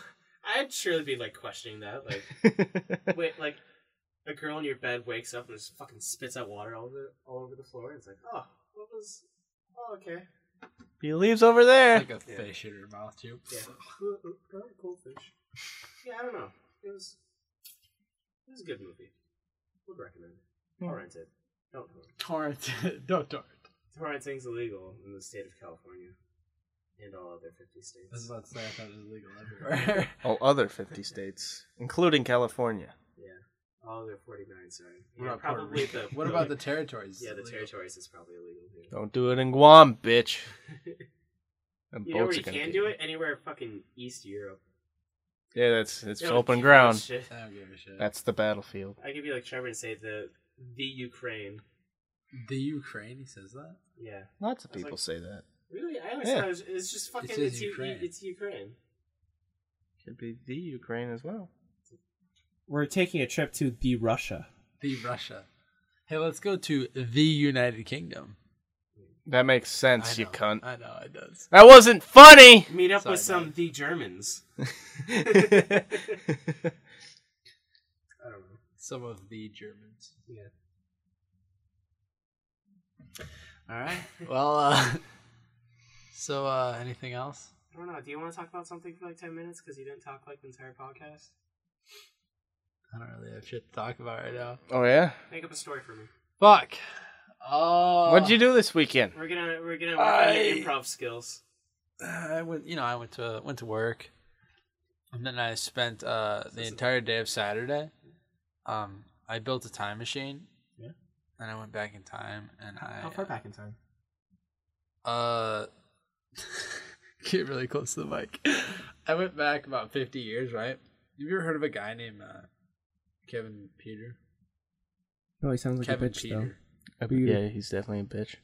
Speaker 3: I'd surely be like questioning that.
Speaker 2: <laughs>
Speaker 3: Like, wait, like a girl in your bed wakes up and just fucking spits out water all over all over the floor. It's like, oh, what was? Oh, okay.
Speaker 2: Your leaves over there. <laughs>
Speaker 1: like a fish in her mouth, too.
Speaker 3: Yeah. Ooh, ooh, ooh, cool fish. Yeah, I don't know. It was it was a good movie. Would recommend.
Speaker 1: Hmm.
Speaker 3: it. Torrent it. Don't do it.
Speaker 1: Torrent. <laughs> Don't torrent.
Speaker 3: Torrenting's illegal in the state of California and all other fifty
Speaker 1: I was
Speaker 3: states.
Speaker 1: about to say, I thought it was legal everywhere. <laughs>
Speaker 2: All other 50 states, including California.
Speaker 3: Yeah, all other forty nine. Sorry.
Speaker 1: <laughs> What
Speaker 3: Yeah,
Speaker 1: about Puerto
Speaker 3: probably
Speaker 1: Rico?
Speaker 3: the
Speaker 1: What about the territories?
Speaker 3: <laughs> yeah the
Speaker 1: Legal.
Speaker 3: territories is probably illegal here.
Speaker 2: Don't do it in Guam,
Speaker 3: <laughs>
Speaker 2: bitch. And
Speaker 3: You know where
Speaker 2: boats
Speaker 3: you
Speaker 2: are gonna
Speaker 3: can
Speaker 2: get
Speaker 3: do it? Anywhere fucking East Europe.
Speaker 2: Yeah, that's it's
Speaker 3: They don't
Speaker 2: open
Speaker 3: give a
Speaker 2: ground.
Speaker 3: shit.
Speaker 1: I don't give a shit.
Speaker 2: That's the battlefield.
Speaker 3: <laughs> I could be like Trevor and say the the Ukraine.
Speaker 1: the Ukraine, he says that?
Speaker 3: Yeah.
Speaker 2: Lots of
Speaker 3: I was
Speaker 2: people
Speaker 3: like-
Speaker 2: say that.
Speaker 3: Really? I always
Speaker 2: Yeah.
Speaker 3: thought it was, it's just fucking
Speaker 1: says
Speaker 3: it's, U-
Speaker 1: Ukraine.
Speaker 3: it's Ukraine.
Speaker 2: Could be the Ukraine as well.
Speaker 3: We're taking a trip to the Russia.
Speaker 1: The Russia. Hey, let's go to the United Kingdom.
Speaker 2: That makes
Speaker 1: I
Speaker 2: sense, you
Speaker 1: know.
Speaker 2: cunt.
Speaker 1: I know, it does.
Speaker 2: That wasn't
Speaker 3: <laughs>
Speaker 2: funny.
Speaker 3: Meet up
Speaker 1: Sorry,
Speaker 3: with some
Speaker 1: man.
Speaker 3: the Germans. I don't know.
Speaker 1: Some of the Germans.
Speaker 3: Yeah.
Speaker 1: All right. Well, uh, <laughs> so uh, anything else?
Speaker 3: I don't know. Do you want to talk about something for like ten minutes? Because you didn't talk like the entire podcast.
Speaker 1: I don't really have shit to talk about right now.
Speaker 2: oh yeah.
Speaker 3: Make up a story for me.
Speaker 1: Fuck. Oh.
Speaker 2: What'd you do this weekend?
Speaker 3: We're gonna we're gonna work on your
Speaker 1: I-
Speaker 3: improv skills.
Speaker 1: I went. You know, I went to went to work, and then I spent uh, the entire day of Saturday. Um, I built a time machine.
Speaker 3: Yeah.
Speaker 1: And I went back in time, and I uh,
Speaker 3: in time?
Speaker 1: Uh, <laughs> get really close to the mic. I went back about 50 years, right? Have you ever heard of a guy named uh, Kevin Peter?
Speaker 4: No, he sounds like
Speaker 1: Kevin
Speaker 4: a bitch
Speaker 1: Peter.
Speaker 4: Yeah,
Speaker 2: he's definitely a bitch.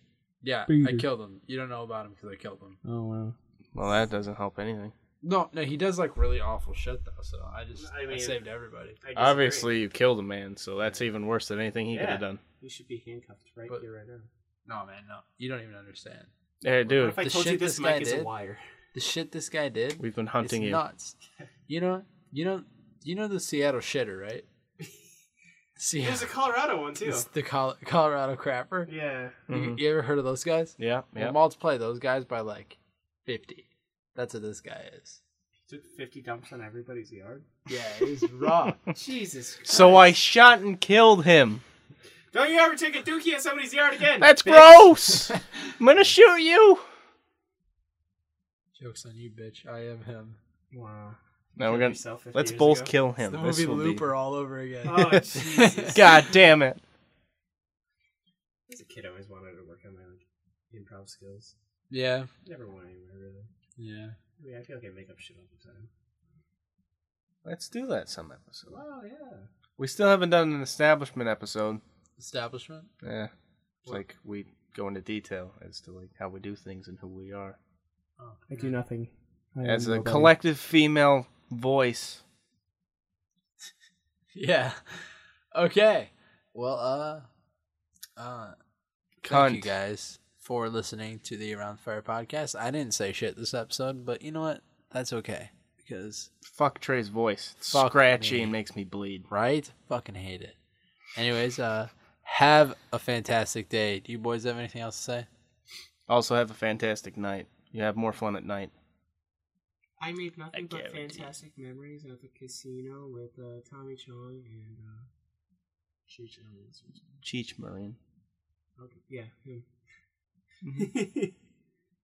Speaker 1: Yeah, I
Speaker 4: Peter.
Speaker 1: killed him. You don't know about him because I killed him.
Speaker 4: though. Oh wow.
Speaker 2: Well, that doesn't help anything.
Speaker 1: No, no, he does like really awful shit though. So I just
Speaker 3: I
Speaker 1: I,
Speaker 3: mean-
Speaker 1: saved everybody.
Speaker 3: I disagree.
Speaker 2: Obviously, you killed a man, so that's even worse than anything he could
Speaker 3: Yeah.
Speaker 2: have done.
Speaker 3: you should be handcuffed right
Speaker 1: But-
Speaker 3: here, right now.
Speaker 1: No, man, no, you don't even understand
Speaker 2: Hey,
Speaker 3: What
Speaker 2: dude,
Speaker 3: if I
Speaker 1: the
Speaker 3: told you
Speaker 1: shit
Speaker 3: this
Speaker 1: this guy
Speaker 3: mic is a
Speaker 1: did-
Speaker 3: wire?
Speaker 1: the shit this guy did.
Speaker 2: we've been hunting
Speaker 1: it's
Speaker 2: you.
Speaker 1: nuts. You know, you know, you know the Seattle shitter,
Speaker 2: <laughs>
Speaker 1: right?
Speaker 3: There's a
Speaker 1: Seattle,
Speaker 3: Colorado one too.
Speaker 1: <laughs> it's the Col- Colorado crapper.
Speaker 3: Yeah.
Speaker 1: You,
Speaker 2: Mhm.
Speaker 1: you ever heard of those guys?
Speaker 2: Yeah,
Speaker 1: Well,
Speaker 2: yeah.
Speaker 1: multiply those guys by like 50. That's what this guy is.
Speaker 3: Took fifty dumps on everybody's yard.
Speaker 1: Yeah, he's raw.
Speaker 2: <laughs>
Speaker 3: Jesus.
Speaker 2: So I shot and killed him.
Speaker 3: Don't you ever take a dookie at somebody's yard again?
Speaker 2: That's gross. I'm gonna shoot you.
Speaker 1: <laughs> Joke's on you, bitch. I am him.
Speaker 3: Wow.
Speaker 2: No, we're gonna
Speaker 3: Yourself 50
Speaker 2: let's
Speaker 3: years
Speaker 2: both
Speaker 3: ago?
Speaker 2: kill him.
Speaker 1: the
Speaker 2: This
Speaker 1: movie
Speaker 2: will be-
Speaker 1: Looper all over again. <laughs>
Speaker 3: Oh
Speaker 2: <laughs>
Speaker 3: Jesus!
Speaker 2: God damn it.
Speaker 3: As a kid, I always wanted to work on my like improv skills.
Speaker 1: Yeah.
Speaker 3: Never went anywhere really.
Speaker 1: Yeah.
Speaker 3: I mean, I feel like I make up shit all the time.
Speaker 2: Let's do that some episode.
Speaker 3: Wow, Oh, yeah.
Speaker 2: We still haven't done an establishment episode.
Speaker 1: Establishment?
Speaker 2: Yeah. It's like we go into detail as to like how we do things and who we are.
Speaker 1: Oh.
Speaker 4: I do nothing. I am
Speaker 2: As a
Speaker 4: nobody.
Speaker 2: collective female voice.
Speaker 1: Yeah. Okay. Well, uh, uh, thank you
Speaker 2: Cunt.
Speaker 1: guys for listening to the Around the Fire podcast. I didn't say shit this episode, but you know what? That's okay because
Speaker 2: Fuck Trey's voice. It's
Speaker 1: Fuck
Speaker 2: scratchy
Speaker 1: me.
Speaker 2: and makes me bleed.
Speaker 1: right, fucking hate it. Anyways, uh, have a fantastic day. Do you boys have anything else to say?
Speaker 2: Also, have a fantastic night. You have more fun at night.
Speaker 3: I made nothing
Speaker 2: I
Speaker 3: but
Speaker 2: guarantee.
Speaker 3: fantastic memories at the casino with uh, Tommy Chong and uh, Cheech Owens. or something.
Speaker 2: Cheech Marine.
Speaker 3: Okay, yeah, him.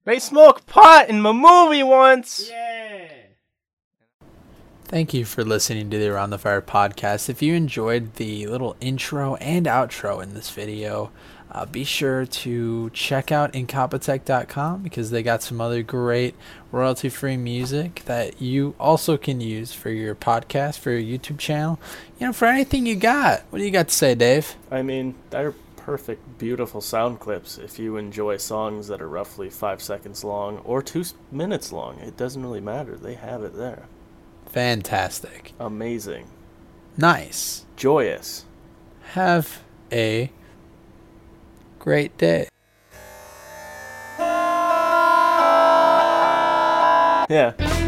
Speaker 2: They smoked pot in my movie once.
Speaker 3: <laughs> yeah.
Speaker 1: Thank you for listening to the Around the Fire podcast. If you enjoyed the little intro and outro in this video, uh, be sure to check out Incompetech.com because they got some other great royalty free music that you also can use for your podcast, for your YouTube channel, you know, for anything you got. What do you got to say, Dave?
Speaker 2: I mean, they're perfect, beautiful sound clips if you enjoy songs that are roughly five seconds long or two s- minutes long. It doesn't really matter. They have it there.
Speaker 1: Fantastic.
Speaker 2: Amazing.
Speaker 1: Nice.
Speaker 2: Joyous.
Speaker 1: Have a great day.
Speaker 2: Yeah.